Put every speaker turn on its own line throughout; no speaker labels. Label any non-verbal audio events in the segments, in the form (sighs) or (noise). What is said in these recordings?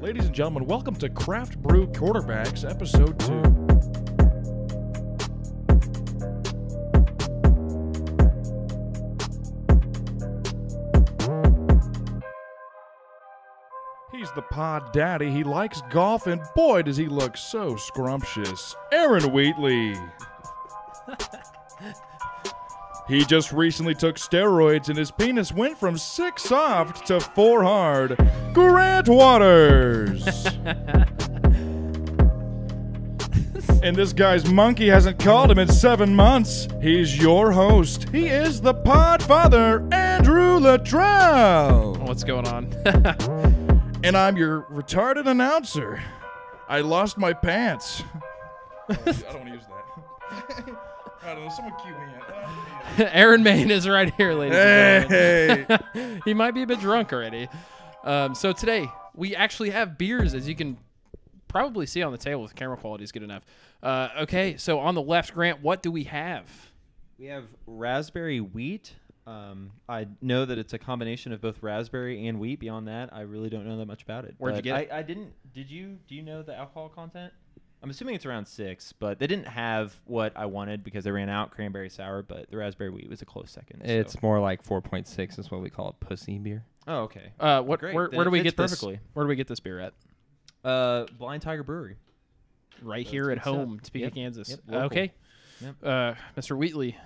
Ladies and gentlemen, welcome to Craft Brew Quarterbacks, episode two. He's the pod daddy. He likes golf, and boy, does he look so scrumptious. Aaron Wheatley. (laughs) he just recently took steroids, and his penis went from six soft to four hard. Grant (laughs) Waters. and this guy's monkey hasn't called him in seven months. He's your host. He is the pod father, Andrew Latrell
What's going on? (laughs)
and I'm your retarded announcer. I lost my pants. (laughs) I don't want to use
(laughs)
that. I don't know. Someone cue me in.
Aaron Main is right here, ladies and
Hey, (laughs)
gentlemen. (laughs) He might be a bit drunk already. Um, so today we actually have beers, as you can probably see on the table. If the camera quality is good enough. Uh, okay, so on the left, Grant, what do we have?
We have raspberry wheat. Um, I know that it's a combination of both raspberry and wheat. Beyond that, I really don't know that much about it.
Where'd you
But
get
I,
it?
I didn't. Did you? Do you know the alcohol content? I'm assuming it's around six, but they didn't have what I wanted because they ran out cranberry sour. But the raspberry wheat was a close second. so-
It's more like 4.6 is what we call a pussy beer.
oh okay.
Uh, what?
Great,
Where,
then
where
it
do we
fits
get this?
perfectly.
Where do we get this beer at?
Uh, Blind Tiger Brewery.
Right here at
good stuff.
home, Topeka,
Yep,
Kansas.
yep, local.
okay.
Yep.
Uh, Mr. Wheatley,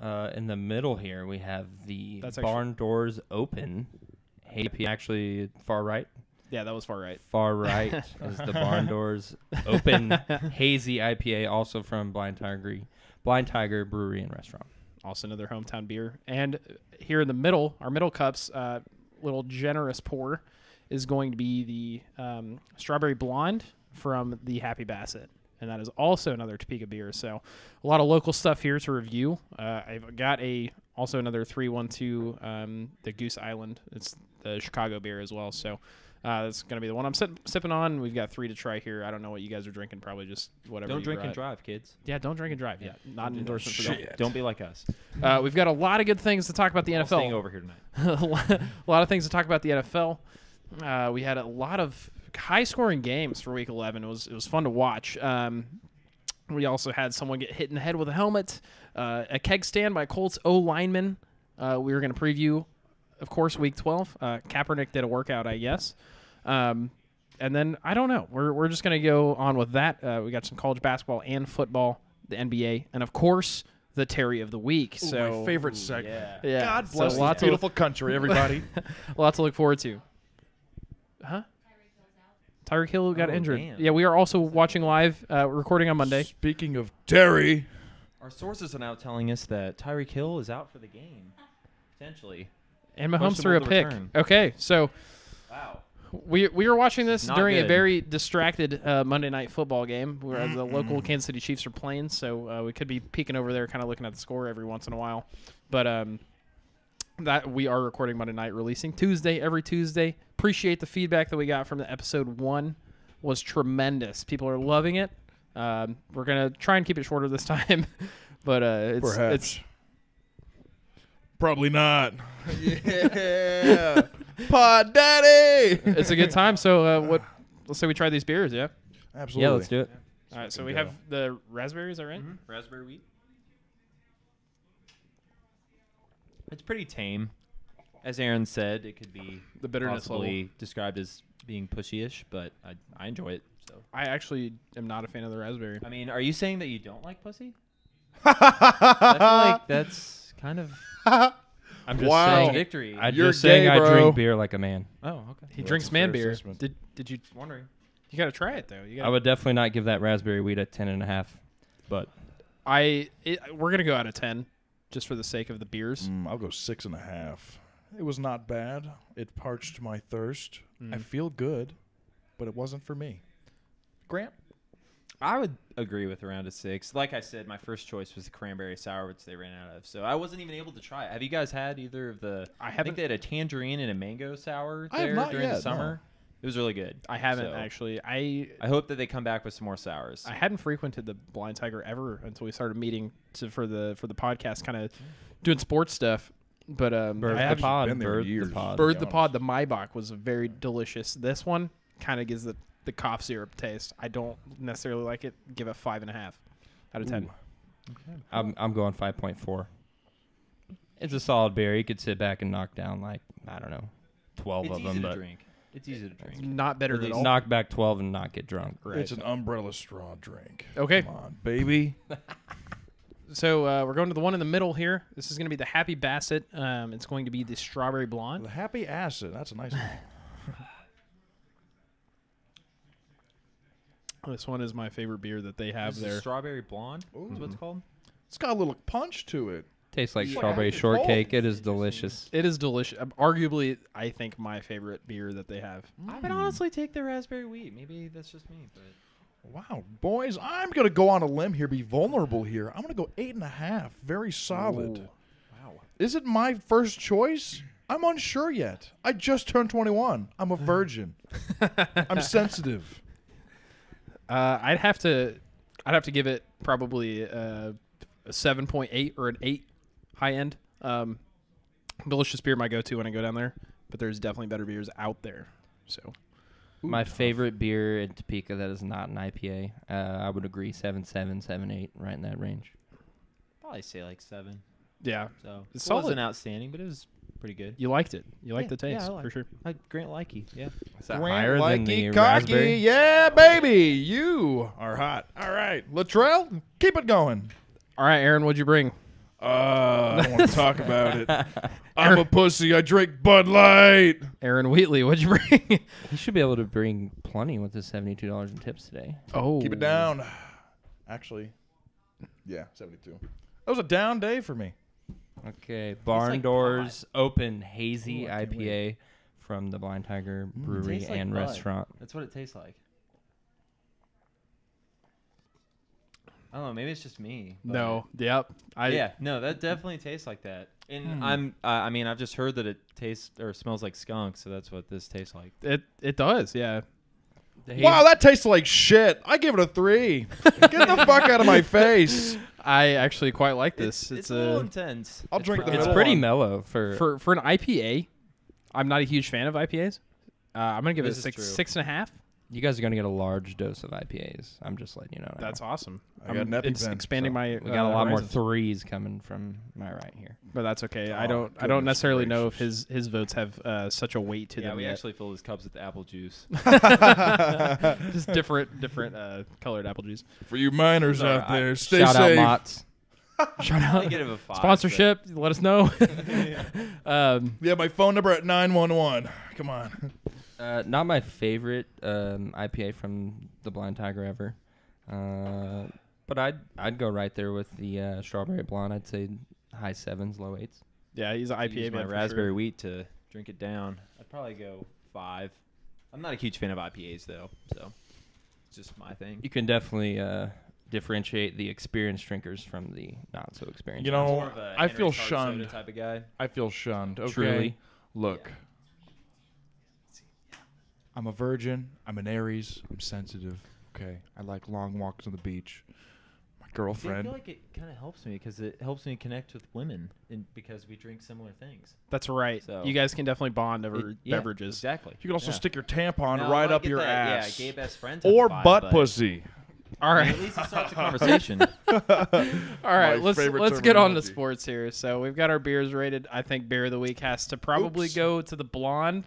Uh, in the middle here, we have the
That's actually-
barn doors open. Haiti actually far right.
yeah, that was far right.
Far right (laughs) is the barn doors open hazy IPA, also from Blind Tiger Blind Tiger Brewery and Restaurant.
also another hometown beer. And uh, here in the middle, our middle cups, uh, little generous pour, is going to be the um, strawberry blonde from the Happy Basset, and that is also another Topeka beer. So a lot of local stuff here to review. Uh, I've got a also another three one two, um, the Goose Island. It's the Chicago beer as well. So. Uh, that's gonna be the one I'm sip- sipping on. We've got three to try here. I don't know what you guys are drinking. Probably just whatever.
Don't
you
drink and
brought.
drive, kids.
Yeah, don't drink and drive. Yeah, not an endorsement for that.
Don't, don't be like us.
Uh, we've got a lot of good things to talk about the
I'm
NFL.
staying over here
(laughs)
tonight.
a lot- a lot of things to talk about the NFL. Uh, we had a lot of high-scoring games for Week 11. It was it was fun to watch. Um, we also had someone get hit in the head with a helmet, uh, a keg stand by Colts O lineman. Uh, we were going to preview, of course, Week 12. Uh, Kaepernick did a workout, I guess. Um, and then I don't know. We're, we're just going to go on with that. Uh, we got some college basketball and football, the NBA, and of course the Terry of the week. so
my favorite segment.
Yeah.
God
So
bless
lots
this
of-
beautiful country,
(laughs)
everybody.
A lot to look forward to. Huh? Tyreek Hill got
Oh,
injured.
damn.
Yeah, we are also watching live, uh, recording on Monday.
Speaking of Terry,
Our sources are now telling us that Tyreek Hill is out for the game, potentially.
And Mahomes threw a
Questionable to
pick.
return.
Okay, so
Wow.
we we were watching this
Not
during a
good.
very distracted uh, Monday night football game where the local Kansas City Chiefs are playing, so uh, we could be peeking over there, kind of looking at the score every once in a while. But um, that we are recording Monday night, releasing Tuesday every Tuesday. Appreciate the feedback that we got from the episode one was tremendous. People are loving it. Um, we're gonna try and keep it shorter this (laughs) time, but uh, it's
perhaps.
it's
Probably not. (laughs) yeah. Pod Daddy.
it's a good time. So uh, what? Let's say we try these beers, yeah.
Absolutely.
Yeah, let's do it.
All right, so we have the raspberries, all right?
Mm-hmm. Raspberry wheat. It's pretty tame. As Aaron said, it could be
The bitterness
possibly described as being pushy-ish, but I, I enjoy it. So
I actually am not a fan of the raspberry.
I mean, are you saying that you don't like pussy? I feel like that's kind of
I'm just
Wow.
saying,
contradictory.
I'm
You're
just saying
gay,
I
bro.
drink beer like a man.
oh, okay.
He
Well, that's
drinks
a fair
man beer.
assessment.
Did did you?
Wondering.
You gotta try it though. You
I
gotta,
would definitely not give that raspberry wheat a 10 and a half, but
I it, we're gonna go out of ten, just for the sake of the beers.
Mm, I'll go six and a half. It was not bad. It parched my thirst. I feel good, but it wasn't for me. Grant.
I would agree with around a six. Like I said, my first choice was the cranberry sour, which they ran out of, so I wasn't even able to try it. Have you guys had either of the?
I
think
haven't-
they had a tangerine and a mango sour
I have
there
not
during
yet, no.
the summer. It was really good.
I haven't
So,
actually. I
I hope that they come back with some more sours.
I hadn't frequented the Blind Tiger ever until we started meeting to for the for the podcast, kind of doing sports stuff. But um,
Bird
I
the
have
pod,
been there
bird the
years.
pod.
Bird the Pod, the Maybach was very delicious. This one kind of gives the the cough syrup taste. I don't necessarily like it. Give it five and a half out of ten.
I'm I'm going five point four. It's a solid beer. You could sit back and knock down like I don't know, twelve
It's
of
easy to
them, but
drink. It's easy to drink.
Not better at all.
knock back twelve and not get drunk.
It's an umbrella straw drink.
Okay.
Come on, baby.
So uh, we're going to the one in the middle here. This is going to be the Happy Bassett. Um, it's going to be the Strawberry Blonde.
The happy acid. That's a nice one.
This one is my favorite beer that they have
This is
there.
strawberry blonde. Is what it's called.
It's got a little punch to it.
Tastes like
Yeah.
strawberry
It's
shortcake.
bold.
It is delicious.
it is delicious. Arguably, I think my favorite beer that they have.
I would honestly take the raspberry wheat. Maybe that's just me, but
Wow, boys, I'm gonna go on a limb here, be vulnerable here. I'm gonna go eight and a half. Very solid.
Wow.
Is it my first choice? I'm unsure yet. I just turned 21. I'm (laughs) a virgin. I'm sensitive.
Uh, I'd have to, I'd have to give it probably uh, a seven point eight or an eight, high end. Um, delicious beer, my go-to when I go down there. But there's definitely better beers out there. So
My favorite beer in Topeka that is not an IPA. Uh, I would agree seven seven seven eight right in that range.
probably say like seven.
yeah,
So
It's
it wasn't
solid.
outstanding, but it was pretty good.
you liked it. You liked
Yeah,
the
yeah, I
taste for
liked
sure.
Like Grant Likey, yeah.
Is that
Grant
higher than
Leakey
the
Cocky,
raspberry?
Yeah, baby, you are hot. All right, Latrell, keep it going.
All right, Aaron, what'd you bring?
Uh, I don't want to talk about (laughs) it. I'm a pussy. I drink Bud Light.
Aaron Wheatley, what'd you (laughs) bring?
He should be able to bring plenty with his seventy-two dollars in tips today.
oh,
Keep it down. Actually, yeah, 72. That was a down day for me.
Okay, barn
like
doors open hazy
Ooh, I can't
IPA from the Blind Tiger Brewery
Tastes like
and
Bud.
Restaurant.
That's what it tastes like. I don't know. Maybe it's just me. but-
No, yep. I
yeah, no, that definitely tastes like that. And I'm, uh, I mean, I've just heard that it tastes or smells like skunk, so that's what this tastes like.
it it does. Yeah,
The
Wow,
hazy-
that tastes like shit. I give it a three. Get the fuck out of
(laughs)
my face.
I actually quite like this. It's,
it's a, little
a
intense.
I'll drink the
it's
middle
pretty
one.
mellow for,
for for an IPA. I'm not a huge fan of IPAs. Uh, I'm gonna give
This
it
is
a six
true.
six and a half.
you guys are gonna get a large dose of IPAs. I'm just letting you know. now.
That's awesome.
I got
I'm-
an
it's
EpiPen,
expanding
so
my.
we got
uh,
a lot more
horizons.
threes coming from my right here.
but that's okay. I
Oh,
don't. I don't
goodness
necessarily know if his his votes have uh, such a weight to
Yeah,
them.
we
yet.
actually filled his cups with apple juice.
(laughs) just different different uh, colored apple juice.
For you miners
Sorry,
out there,
I-
stay
Shout
safe.
out Mott's.
Shout
(laughs) I
out
give it a five, but-
sponsorship. Let us know. (laughs) um,
Yeah, my phone number at 911. Come on.
Uh, not my favorite um, IPA from the Blind Tiger ever, uh, but I'd I'd go right there with the uh, strawberry blonde. I'd say high sevens, low eights.
yeah, he's an
I
IPA
use
man.
my
for sure.
raspberry wheat to drink it down. I'd probably go five. I'm not a huge fan of IPAs though, so it's just my thing.
You can definitely uh, differentiate the experienced drinkers from the not so experienced.
You
ones.
know, I feel
Shunned
shunned.
type of guy.
I feel shunned. Okay.
Truly.
Look. I'm a virgin. I'm an Aries. I'm sensitive. Okay. I like long walks on the beach. My
See, I
girlfriend.
feel like it kind of helps me because it helps me connect with women, and because we drink similar things.
That's right.
So-
You guys can definitely bond over
It- yeah,
beverages.
Exactly.
you can also
Yeah.
stick your tampon
No, I
right
might
up
get
your
that,
ass.
Yeah, gay best friend. type
or
of vibe,
butt
but
pussy.
All right.
At least
(laughs)
it starts a conversation.
All right,
My
let's
favorite
let's get on to
terminology.
sports here. So we've got our beers rated. I think beer of the week has to probably
Oops.
go to the blonde.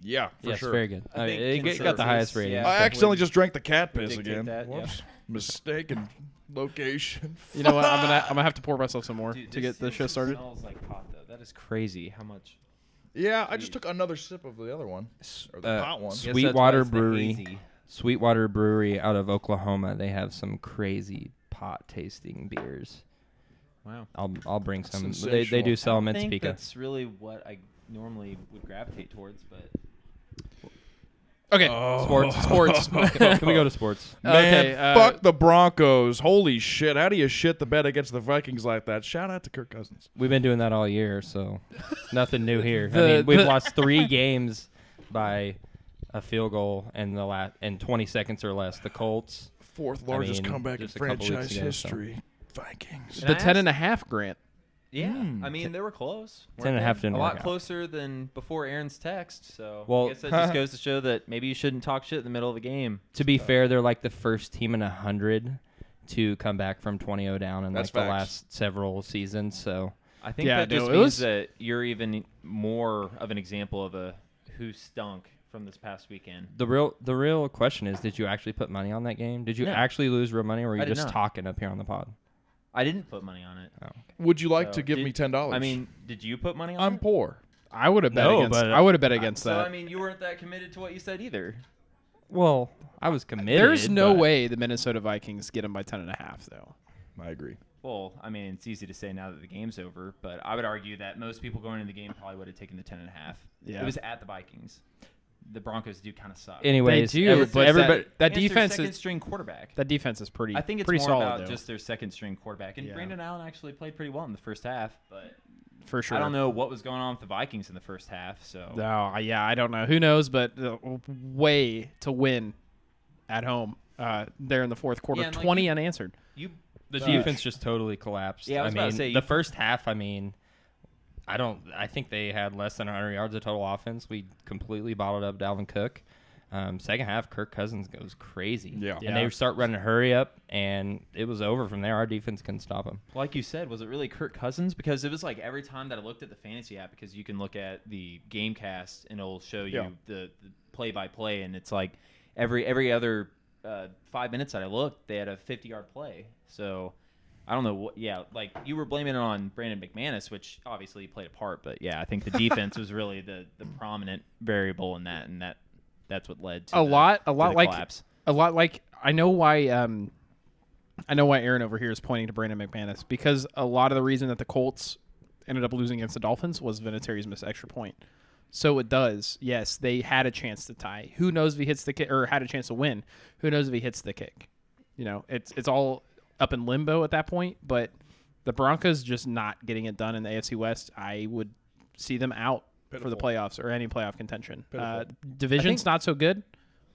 Yeah, for
yes,
sure.
very good.
I
Uh,
think
it, g- it got the
consensus,
highest rating.
yeah.
I
Would-
accidentally just drank the cat piss
dictate
again.
that, yeah.
Whoops.
(laughs)
Mistaken location.
You know what? I'm gonna I'm gonna have to pour myself some more
Dude,
to
this
get the
thing
show started.
Smells like pot though. That is crazy. How much?
(laughs) Yeah, I just took another sip of the other one. Or the
uh,
pot one.
Guess that's why it's the hazy. Sweetwater Brewery out of Oklahoma. They have some crazy pot tasting beers.
Wow.
I'll I'll bring some. They, they do
sensational.
sell them
I
in
think
Topeka.
that's really what I normally would gravitate towards, but
Okay,
Oh.
(laughs) sports, sports.
(laughs) Can we go to sports?
Man,
Okay, uh,
fuck the Broncos. Holy shit. How do you shit the bet against the Vikings like that? Shout out to Kirk Cousins.
We've been doing that all year, so nothing new here.
The-
I mean, we've
the-
lost three games by a field goal in the last in 20 seconds or less. The Colts.
Fourth largest
mean,
comeback in
just a couple weeks
franchise
ago, so.
history. Vikings.
the ten and a half grant.
Yeah,
Mm.
I mean they were close.
Ten and a
weren't
half
they?
didn't
a
work
lot
out.
closer than before Aaron's text. So
Well-
I guess that just goes to show that maybe you shouldn't talk shit in the middle of a game.
To be fair, they're like the first team in a hundred to come back from 20-0 down in
That's
like the
facts.
last several seasons. So
I think
Yeah,
that just
no, it
means
was-
that you're even more of an example of a who stunk from this past weekend.
the real the real question is, did you actually put money on that game? Did you
No.
actually lose real money, or were you
I did
just
not.
talking up here on the pod?
I didn't put money on it.
Would you like
So,
to give
did-
me ten dollars?
I mean, did you put money on
I'm
it?
poor.
I would have bet
No,
against.
but-
I would have bet against
so
that.
I mean, you weren't that committed to what you said either.
Well, I was committed.
There's no
but-
way the Minnesota Vikings get them by ten and a half, though.
I agree.
Well, I mean, it's easy to say now that the game's over, but I would argue that most people going into the game probably would have taken the ten and a half.
Yeah.
It was at the Vikings. The Broncos do kind of suck.
Anyways,
do,
every-
but
everybody,
that- that
And it's their
defense
second
is-
string quarterback.
That defense is pretty.
I think it's
pretty
more
solid
about
though,
just their second string quarterback. And
Yeah.
Brandon Allen actually played pretty well in the first half, but
for sure.
I don't know what was going on with the Vikings in the first half. So
No, Oh, I- yeah, I don't know. Who knows? But the way to win at home uh, there in the fourth quarter,
Yeah, and, like,
twenty
you-
unanswered.
you
The
Huge.
defense just totally collapsed.
Yeah, I was
mean,
about to say,
the
you-
first half. I mean, I don't. I think they had less than 100 yards of total offense. We completely bottled up Dalvin Cook. Um, second half, Kirk Cousins goes crazy.
Yeah.
and
Yeah.
they start running hurry up, and it was over from there. Our defense couldn't stop them.
like you said, was it really Kirk Cousins? Because it was like every time that I looked at the fantasy app, because you can look at the GameCast and it'll show you
Yeah.
the the play by play, and it's like every every other uh, five minutes that I looked, they had a fifty yard play. So I don't know what. Yeah, like you were blaming it on Brandon McManus, which obviously played a part, but yeah, I think the defense was really the the prominent variable in that, and that that's what led
a
to the-
lot,
to
a
the
lot like
collapse.
a lot like I know why. Um, I know why Aaron over here is pointing to Brandon McManus because a lot of the reason that the Colts ended up losing against the Dolphins was Vinatieri's missed extra point. So it does. Yes, they had a chance to tie. Who knows if he hits the kick or had a chance to win? Who knows if he hits the kick? You know, it's it's all up in limbo at that point. But the Broncos just not getting it done in the AFC West. I would see them out for the
Pitiful.
playoffs or any playoff contention. Uh,
Pitiful.
division's not so good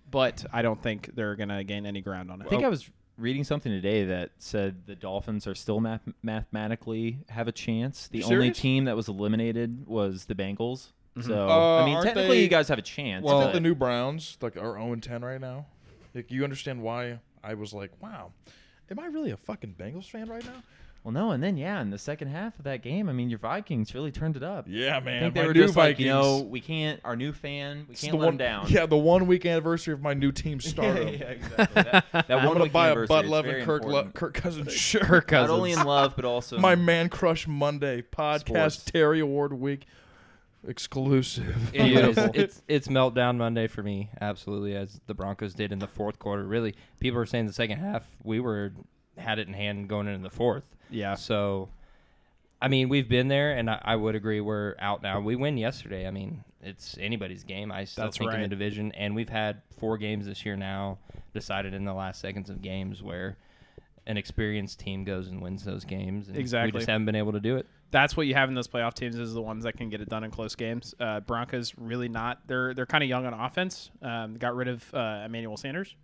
but I don't think they're gonna gain any ground on it. Oh,
I
Oh.
think I was reading something today that said the Dolphins are still math- mathematically have a chance. The
You
only
serious?
team that was eliminated was the Bengals. So
Uh,
I mean,
aren't
technically,
they-
you guys have a chance.
Well,
but
the new Browns like are 0 10 right now. Like, you understand why I was like, wow, am I really a fucking Bengals fan right now?
well, no, and then yeah, in the second half of that game, I mean, your Vikings really turned it up.
Yeah,
I
man.
think
my
they were
new
just like,
Vikings.
you know, we can't. Our new fan, we
It's
can't
the
let
one
him down.
(laughs) Yeah, the one week anniversary of my new team stardom.
(laughs) yeah,
(laughs)
exactly. That, that
I'm
one
gonna
week
buy a
anniversary,
Bud
it's
Love and
very
Kirk, Lo-
important.
Kirk Cousins
(laughs)
shirt.
Kirk
Not only in
Cousins.
love, but also
my Man Crush Monday podcast
Sports.
Terry Award week exclusive. (laughs)
Anyways,
Beautiful.
it's it's meltdown Monday for me, absolutely, as the Broncos did in the fourth quarter. Really, people are saying the second half we were had it in hand going into the fourth.
Yeah.
So, I mean, we've been there, and I, I would agree we're out now. We win yesterday. I mean, it's anybody's game. I still
That's
think in the
right.
division, and we've had four games this year now decided in the last seconds of games where an experienced team goes and wins those games. And We
Exactly.
just haven't been able to do it.
That's what you have in those playoff teams is the ones that can get it done in close games. Uh, Broncos really not. They're they're kind of young on offense. Um, got rid of uh, Emmanuel Sanders.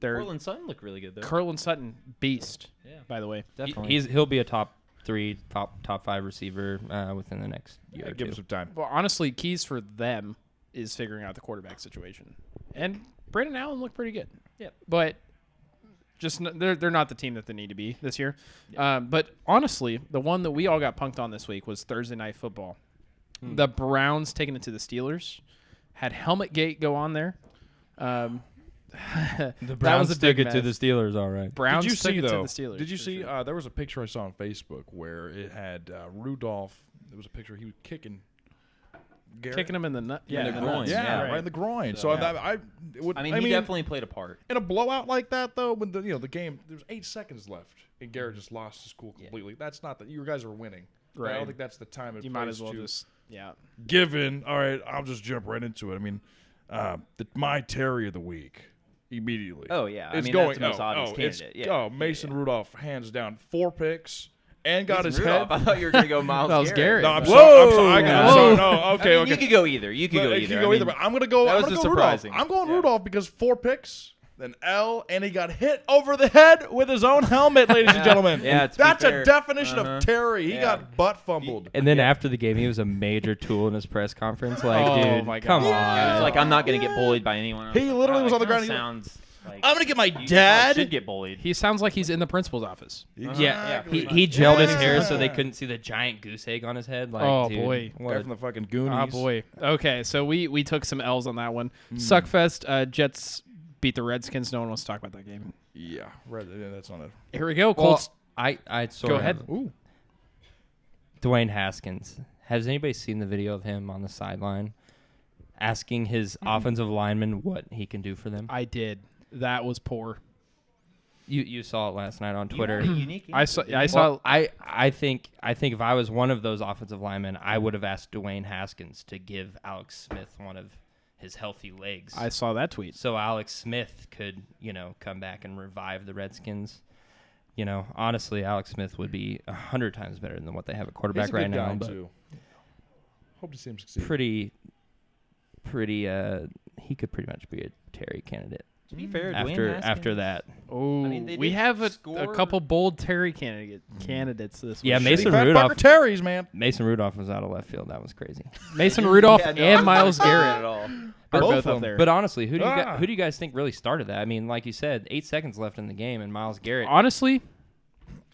They're
Portland Sun looked really good though.
Curlin Sutton beast.
Yeah.
By the way,
He-
Definitely.
He's he'll be a top three, top top five receiver uh, within the next year or
Give him
two.
some time.
well, honestly, keys for them is figuring out the quarterback situation. And Brandon Allen looked pretty good.
Yep.
But just n- they're they're not the team that they need to be this year. Um, but honestly, the one that we all got punked on this week was Thursday night football.
Hmm.
The Browns taking it to the Steelers had helmet gate go on there. Um, (laughs)
The
Browns took it to
Steelers, all right.
Browns
did you
took
see
it
though?
to the Steelers.
did you
for
see?
sure.
Uh, there was a picture I saw on Facebook where it had uh, Rudolph. There was a picture he was kicking, Garrett.
kicking him in the nut? Yeah,
the
nuts.
groin,
Yeah,
yeah.
right. in the groin. So,
So, yeah.
I, I, it would,
I mean, he definitely played a part.
in a blowout like that though, when the you know the game there was eight seconds left and Garrett just lost his cool completely. That's not that you guys are winning. I
Right.
don't think that's the time. and
You might
place
as well
to-
just yeah.
given. All right, I'll just jump right into it. I mean, uh, the, my Terry of the week immediately.
Oh, yeah. I
it's
mean,
going.
that's the most
oh,
obvious
oh,
candidate.
It's,
Yeah.
Oh, Mason Rudolph, hands down, four picks and got
Mason
his
Rudolph.
head.
I thought you were gonna
(laughs)
go Miles.
That was Garrett.
No, I'm
Whoa.
sorry. I'm sorry. I got- I'm
Whoa.
sorry. No,
(laughs) I
okay,
mean,
okay.
You could go either. You could
But
go
it
either.
could
I
go either.
mean,
But I'm gonna go.
that
I'm
was
gonna
just
go Rudolph.
surprising.
I'm going
Yeah.
Rudolph because four picks then L, and he got hit over the head with his own helmet, ladies and gentlemen.
Yeah, to be
that's
fair.
a definition
Uh-huh.
of Terry. He
Yeah.
got butt fumbled.
And then after the game, he was a major tool in his press conference. Like,
Oh
dude,
my God.
come on.
Yeah, it's like I'm not gonna get bullied by anyone. I
He
like,
literally
wow,
was on
that
the
kinda
ground, he-
Sounds. Like,
I'm gonna get my
you- you
dad.
Should get bullied.
He sounds like he's in the principal's office.
Yeah,
Exactly.
he, he gelled his hair so they
Yeah.
couldn't see the giant goose egg on his head. Like,
Oh,
dude,
boy.
what
Guy
a-
from the fucking Goonies.
Ah, boy. Okay, so we we took some L's on that one. Suckfest. Uh, Jets beat the Redskins. No one wants to talk about that game.
Yeah, right, yeah, that's not it.
Here we go,
Well,
Colts.
I, I sort
go
of-
ahead.
Ooh,
Dwayne Haskins. Has anybody seen the video of him on the sideline asking his offensive lineman what he can do for them?
I did. That was poor.
You you saw it last night on
You
Twitter.
want a unique
I saw.
answer.
I saw.
Well, I, I think I think if I was one of those offensive linemen, I would have asked Dwayne Haskins to give Alex Smith one of his healthy legs.
I saw that tweet.
so Alex Smith could, you know, come back and revive the Redskins. You know, honestly, Alex Smith would be a hundred times better than what they have at quarterback
he's a
right
good guy,
now. But
too. Hope to see him succeed.
pretty, pretty. Uh, he could pretty much be a Terry candidate
To be fair, Dwayne
after after
Haskins-
that.
Oh,
mean, they
we
did
have a, a
score-
couple bold Terry candidate candidates this
Yeah,
week. (laughs)
Mason
Big fat
Rudolph.
fucker Terry's man.
Mason Rudolph was out of left field. That was crazy.
Mason Rudolph
Yeah, no,
and (laughs)
I'm not
Miles
doing
Garrett
that at all.
are
Both
both
of
up
them.
there.
But honestly, who do you
Ah.
guys, who do you guys think really started that? I mean, like you said, eight seconds left in the game, and Miles Garrett.
honestly,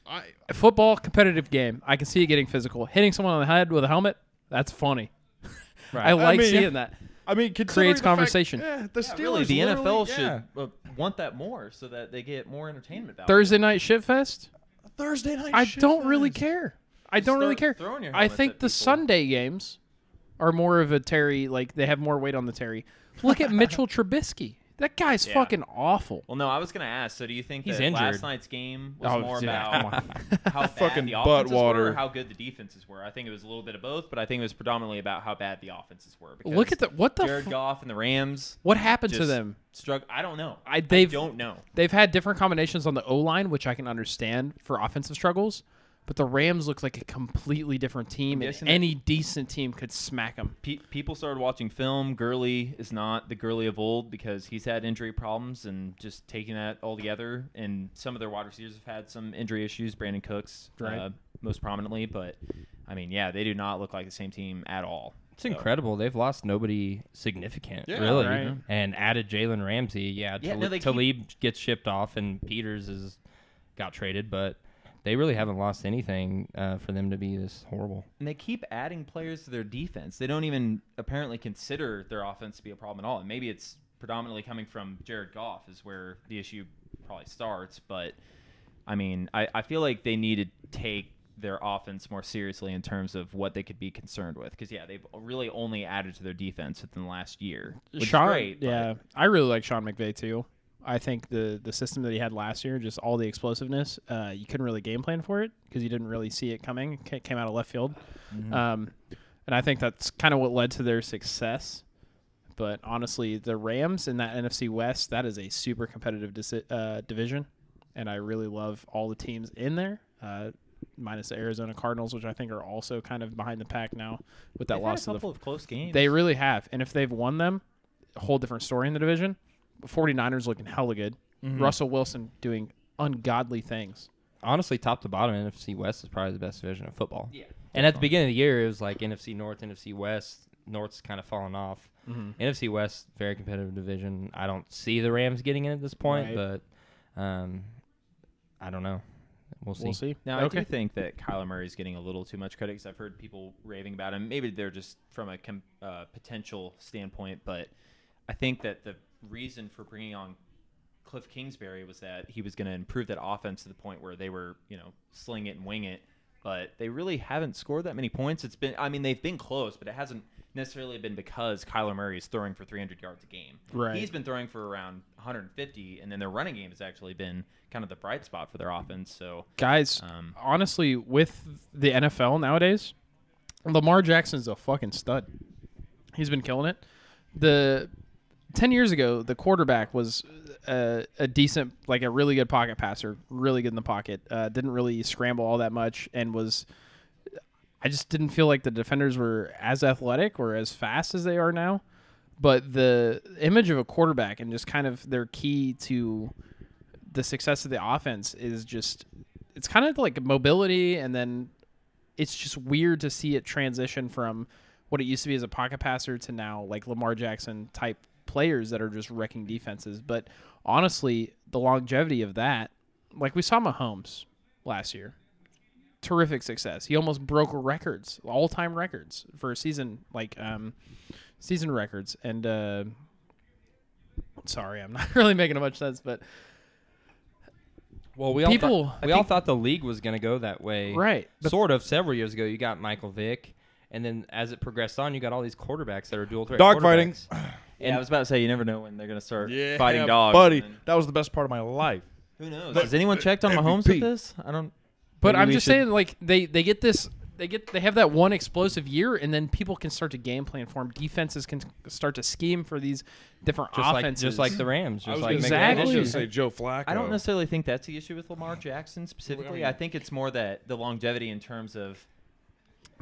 I,
football competitive game. I can see it getting physical. Hitting someone on the head with a helmet. That's funny. (laughs) I like
mean,
seeing that.
I mean, considering
Creates
the fact-
conversation.
yeah, the
Yeah,
Steelers,
really, the NFL
literally-
should
yeah.
uh, want that more so that they get more entertainment value.
Thursday night shit fest.
Thursday night.
I
shit
don't really
fest.
care. I
Just
don't really care.
start throwing your
I
helmets
think
at
the
people.
Sunday games are more of a Terry. Like they have more weight on the Terry. Look at
(laughs)
Mitchell Trubisky. That guy's
Yeah.
fucking awful.
Well, no, I was gonna ask. So, do you think
He's
that
injured.
last night's game was
Oh,
more
yeah,
about (laughs) how bad
(laughs) Fucking
the
butt
offenses were,
water.
or how good the defenses were? I think it was a little bit of both, but I think it was predominantly about how bad the offenses were. Because
Look at the what the
Jared
fu-
Goff and the Rams.
what happened to
just
them?
Strugg- I don't know.
I- they've-
don't know.
They've had different combinations on the O line, which I can understand for offensive struggles. But the Rams look like a completely different team, and
guessing that-
any decent team could smack them.
Pe- people started watching film. Gurley is not the Gurley of old because he's had injury problems and just taking that all together. And some of their wide receivers have had some injury issues. Brandon Cooks,
Right.
uh, most prominently, but I mean, yeah, they do not look like the same team at all.
It's incredible. They've lost nobody significant,
Yeah,
really,
right.
and added Jalen Ramsey. Yeah,
Yeah,
Tal-
no, they keep-
Talib gets shipped off, and Peters is got traded, but they really haven't lost anything uh, for them to be this horrible.
And they keep adding players to their defense. They don't even apparently consider their offense to be a problem at all. And maybe it's predominantly coming from Jared Goff is where the issue probably starts. But I mean, I, I feel like they need to take their offense more seriously in terms of what they could be concerned with. Because yeah, they've really only added to their defense within the last year. Which
Sean,
is great, but-
yeah, I really like Sean McVay too. I think the the system that he had last year, just all the explosiveness, uh, you couldn't really game plan for it because you didn't really see it coming. It ca- came out of left field,
Mm-hmm.
um, and I think that's kind of what led to their success. But honestly, the Rams in that NFC West, that is a super competitive dis- uh, division, and I really love all the teams in there. Uh, Minus the Arizona Cardinals, which I think are also kind of behind the pack now with that
They've had
loss
a
to the
couple of close games.
they really have. And if they've won them, a whole different story in the division. 49ers looking hella good.
Mm-hmm.
Russell Wilson doing ungodly things.
Honestly, top to bottom, NFC West is probably the best division of football.
yeah.
And at the beginning of the year, it was like NFC North, NFC West. North's kind of fallen off.
Mm-hmm.
NFC West, very competitive division. I don't see the Rams getting in at this point,
Right.
but um, I don't know. We'll see.
We'll see.
Now I
okay.
do think that Kyler Murray is getting a little too much credit because I've heard people raving about him. Maybe they're just from a com- uh, potential standpoint, but I think that the reason for bringing on Cliff Kingsbury was that he was going to improve that offense to the point where they were, you know, sling it and wing it. But they really haven't scored that many points. It's been, I mean, they've been close, but it hasn't necessarily been because Kyler Murray is throwing for 300 yards a game.
Right.
He's been throwing for around 150, and then their running game has actually been kind of the bright spot for their offense. So
Guys,
Um,
honestly, with the NFL nowadays, Lamar Jackson's a fucking stud. He's been killing it. The 10 years ago, the quarterback was a, a decent, like a really good pocket passer, really good in the pocket, uh, didn't really scramble all that much, and was. I just didn't feel like the defenders were as athletic or as fast as they are now. but the image of a quarterback and just kind of their key to the success of the offense is just it's kind of like mobility and then it's just weird to see it transition from what it used to be as a pocket passer to now like Lamar Jackson type players that are just wrecking defenses. But honestly, the longevity of that, like we saw Mahomes last year, terrific success. He almost broke records, all time records for a season, like um, season records. And uh, sorry, I'm not (laughs) really making much sense, but
Well, we all
People-
thought,
I
we all
think-
thought the league was going to go that way,
Right. But-
sort of. Several years ago, you got Michael Vick, and then as it progressed on, you got all these quarterbacks that are dual threat.
Dogfighting.
quarterbacks.
Yeah, I was about to say you never know when they're gonna start
Yeah,
fighting dogs.
buddy.
and
That was the best part of my life.
Who knows?
But-
Has anyone
(laughs)
checked on Mahomes
MVP.
with this? I don't.
But
Maybe
I'm
we
just
should-
saying, like they they get this, they get they have that one explosive year, and then people can start to game plan for them. Defenses can start to scheme for these different
just like
offenses,
just like the Rams, just
I was
like
gonna
Mick
say- I was
Exactly.
gonna say Joe Flacco.
I don't necessarily think that's the issue with Lamar Jackson specifically.
mean-
I think it's more that the longevity in terms of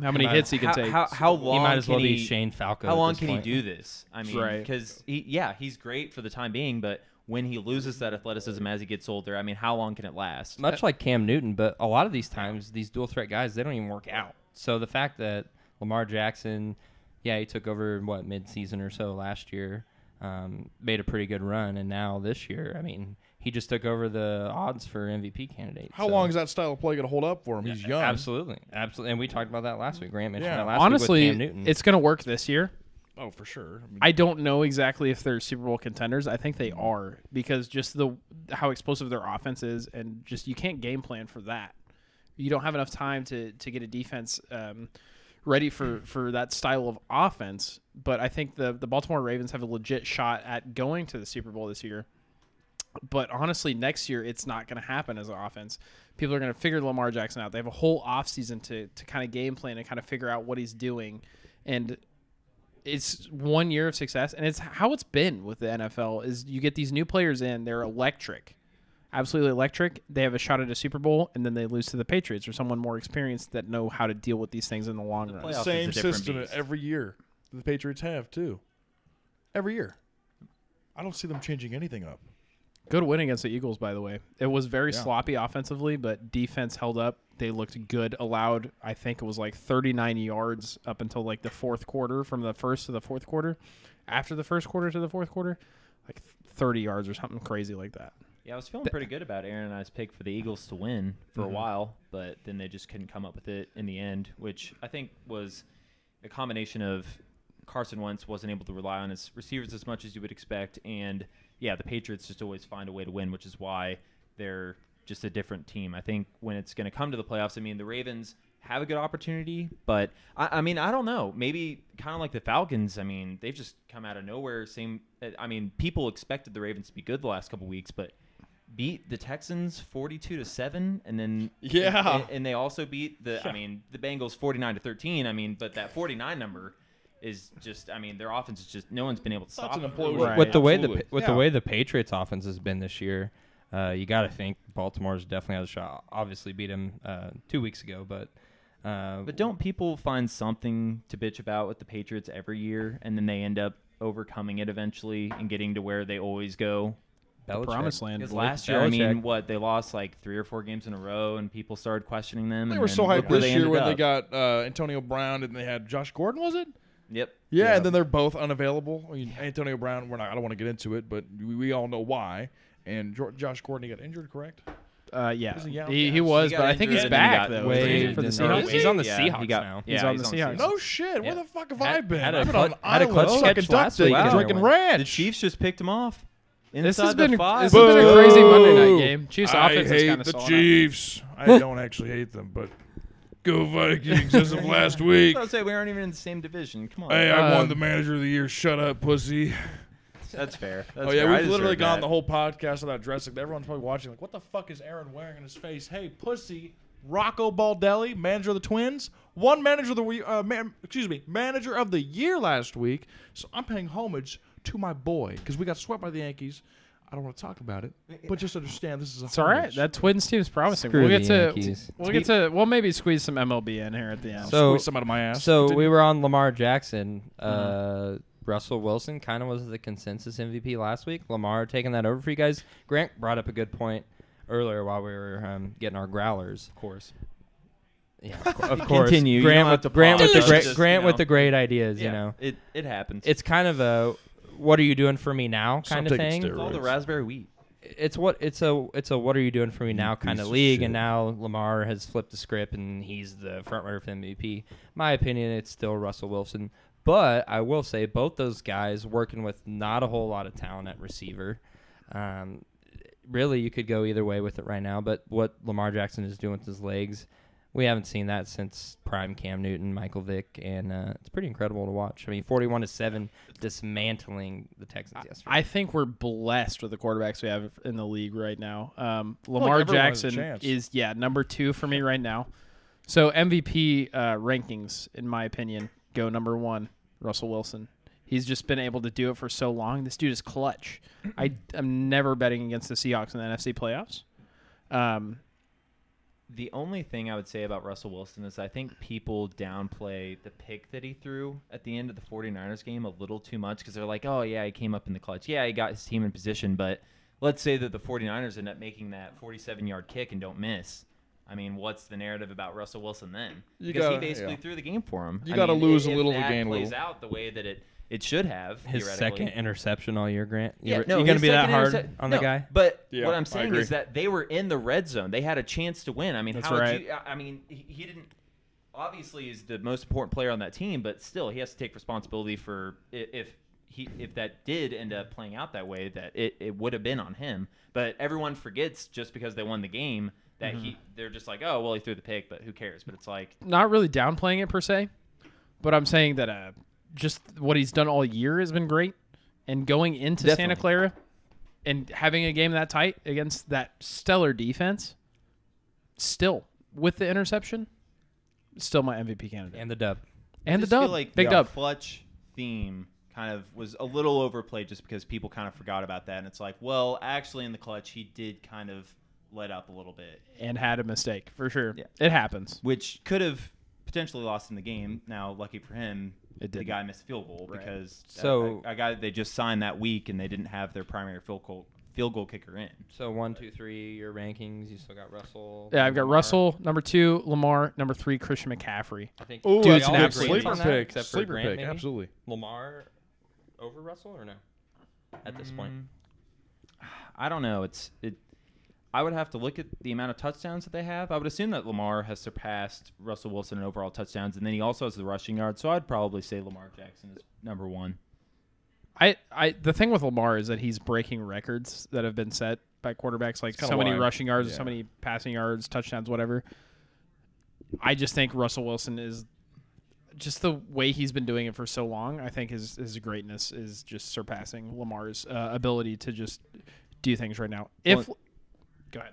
how many
Right.
hits he can
how,
take.
How, how long
He might as
can
well
he,
be Shane Falco.
How
at
long
this
can
point.
he do this? I mean,
Right.
because yeah, he's great for the time being, but when he loses that athleticism as he gets older, I mean, how long can it last?
Much like Cam Newton, but a lot of these times, these dual threat guys they don't even work out. So the fact that Lamar Jackson, yeah, he took over what mid season or so last year, um, made a pretty good run, and now this year, I mean, he just took over the odds for MVP candidate.
How
so-
long is that style of play gonna hold up for him? He's young.
Absolutely, absolutely, and we talked about that last week. Grant mentioned
Yeah.
that last
Honestly,
week with Cam Newton.
it's going to work this year.
Oh, for sure. I mean,
I don't know exactly if they're Super Bowl contenders. I think they are because just the how explosive their offense is, and just you can't game plan for that. You don't have enough time to to get a defense um, ready for for that style of offense. But I think the the Baltimore Ravens have a legit shot at going to the Super Bowl this year. But honestly, next year it's not going to happen as an offense. People are going to figure Lamar Jackson out. They have a whole offseason to to kind of game plan and kind of figure out what he's doing, and it's one year of success and it's how it's been with the NFL is you get these new players in they're electric absolutely electric they have a shot at a Super Bowl and then they lose to the Patriots or someone more experienced that know how to deal with these things in the long run
playoffs is a
same
different
system
beast.
every year. that The Patriots have too. Every year. I don't see them changing anything up.
good win against the Eagles by the way it was very
Yeah.
sloppy offensively but defense held up they looked good allowed I think it was like 39 yards up until like the fourth quarter from the first to the fourth quarter after the first quarter to the fourth quarter like 30 yards or something crazy like that
Yeah, I was feeling pretty good about Aaron and I's pick for the Eagles to win for a while, but then they just couldn't come up with it in the end, which I think was a combination of Carson Wentz wasn't able to rely on his receivers as much as you would expect, and yeah, the Patriots just always find a way to win, which is why they're just a different team. I think when it's going to come to the playoffs, I mean, the Ravens have a good opportunity, but I, I mean, I don't know. Maybe kind of like the Falcons. I mean, they've just come out of nowhere. Same. uh, I mean, people expected the Ravens to be good the last couple weeks, but beat the Texans 42 to 7 and then
Yeah.
and, and they also beat the I mean the Bengals 49 to 13 I mean but that 49 number is just I mean their offense is just no one's been able to stop
That's an
it.
implosion.
Right.
with the way the
Absolutely.
with
Yeah.
the way the Patriots offense has been this year, uh, you got to think Baltimore's definitely has a shot. Obviously, beat them uh, two weeks ago, but uh,
But don't people find something to bitch about with the Patriots every year and then they end up overcoming it eventually and getting to where they always go
Belichick-
promised land
because
boy.
last year I mean
Belichick.
what they lost like 3 or 4 games in a row and people started questioning them
They
and
were
then
so
look
hyped
where
this
they
year
ended
when they
up.
got uh, Antonio Brown and they had Josh Gordon, was it?
Yep
Yeah,
Yeah.
and then they're both unavailable. I mean, Antonio Brown, we're not. I don't want to get into it, but we, we all know why. And jo- Josh Gordon, he got injured, correct?
Uh, yeah,
Is he out?
he,
Yeah.
he was,
He
but
got
I think
injured
he's
and then
back
got
though.
waived
Is he for the
and
then
Seahawks?
Seahawks. He's on the
Yeah, he
Seahawks
got-
now.
yeah,
He's on the Seahawks.
No shit. Where
Yeah.
the fuck have
Had-
I been?
had a
I've been on
clut- had a
island
clutch
sucking
catch
duck
last week
dick,
when they
drinking
went.
ranch.
The Chiefs just picked him off. Inside
This has
the
been,
five.
this has been a crazy Monday night
Boo.
game. Chiefs
I
offense is
hate
kind of
the Chiefs. I don't actually hate them, but go Vikings as of last week.
I'll say we aren't even in the same division. Come on.
Hey, I
Um,
won the manager of the year. Shut up, pussy.
That's fair. That's
Oh yeah,
fair. I
we've literally
deserve
gone
that.
the whole podcast without dressing. Everyone's probably watching. Like, what the fuck is Aaron wearing in his face? Hey, pussy. Rocco Baldelli, manager of the Twins, one manager of the we- uh, man, excuse me, manager of the year last week. So I'm paying homage to my boy because we got swept by the Yankees. I don't want to talk about it, but just understand this is a.
It's all right.
homage.
That Twins team is promising.
Screw
we'll get
the
to
Yankees.
we'll get to we'll maybe squeeze some MLB in here at the end.
So-
Squeeze some out of my ass.
So
Did-
we were on Lamar Jackson. Uh, Russell Wilson kind of was the consensus MVP last week. Lamar taking that over for you guys. Grant brought up a good point earlier while we were um, getting our growlers.
Of course.
(laughs) Yeah, of, cour- of course.
Continue. You
Grant
don't have
with
to
Grant with the
apologize.
great
Just,
Grant
you
with
know.
the great ideas.
Yeah,
You know,
it it happens.
it's kind of a "What are you doing for me now?" kind of
taking
thing.
steroids.
all the raspberry wheat.
it's what it's a it's a what are you doing for me now kind
piece
of
of
league, and
shit.
now Lamar has flipped the script and he's the front runner for MVP. My opinion, it's still Russell Wilson, but I will say both those guys working with not a whole lot of talent at receiver. Um, really, you could go either way with it right now, but what Lamar Jackson is doing with his legs. We haven't seen that since prime Cam Newton, Michael Vick, and uh, it's pretty incredible to watch. I mean, forty-one to seven, dismantling the Texans yesterday.
I think we're blessed with the quarterbacks we have in the league right now. Um,
everyone
Lamar
has a
Jackson
chance.
is yeah number two for me right now. So MVP uh, rankings, in my opinion, go number one. Russell Wilson. He's just been able to do it for so long. This dude is clutch. I am never betting against the Seahawks in the NFC playoffs. Um,
The only thing I would say about Russell Wilson is I think people downplay the pick that he threw at the end of the 49ers game a little too much because they're like, oh, yeah, he came up in the clutch. Yeah, he got his team in position, but let's say that the 49ers end up making that 47 yard kick and don't miss. I mean, what's the narrative about Russell Wilson then?
You
Because he
gotta-
basically
yeah.
threw the game for him.
You
I
gotta
mean,
lose
i-
a
if
little to
that
gain a
plays
little.
out the way that it, it should have.
his
theoretically.
second interception all year, Grant. You
Yeah,
were-
no,
you gonna
his
be that
second
hard
intercep-
on
no,
the guy?
But
Yeah,
what I'm
I
saying
agree.
is that they were in the red zone. They had a chance to win. I mean,
That's
how
right.
would you? I I mean, he he didn't. Obviously, is the most important player on that team, but still, he has to take responsibility for i- if he if that did end up playing out that way, that it, it would have been on him. But everyone forgets just because they won the game that he
Mm-hmm.
they're just like, oh well, he threw the pick, but who cares? But it's like
not really downplaying it per se, but I'm saying that uh, just what he's done all year has been great, and going into Santa
Definitely.
Clara and having a game that tight against that stellar defense, still with the interception, still my MVP candidate and,
And the dub.
the
just feel
dub,
like
big
the
dub.
clutch theme kind of was a little overplayed just because people kind of forgot about that and it's like well actually in the clutch he did kind of let up a little bit
and had a mistake for sure.
Yeah.
It happens.
which could have potentially lost in the game now lucky for him
It
the
didn't.
guy missed a field goal because a-
So-
a, a guy that they just signed that week and they didn't have their primary field goal field goal kicker in
So one, two, three. Your rankings. You still got Russell.
Yeah, I've got
Lamar.
Russell number two, Lamar number three, Christian McCaffrey.
I think.
Ooh,
do we
that's
all
a good
agree
sleeper
on that,
pick.
except for
Sleeper
Grant,
pick,
maybe?
absolutely.
Lamar over Russell or no? At this point,
Mm-hmm. I don't know. It's it. I would have to look at the amount of touchdowns that they have. I would assume that Lamar has surpassed Russell Wilson in overall touchdowns, and then he also has the rushing yard. So I'd probably say Lamar Jackson is number one.
I, I the thing with Lamar is that he's breaking records that have been set by quarterbacks like
kinda
so many
wild.
rushing yards,
Yeah.
so many passing yards, touchdowns, whatever. I just think Russell Wilson is just the way he's been doing it for so long. I think his his greatness is just surpassing Lamar's uh, ability to just do things right now. If go ahead.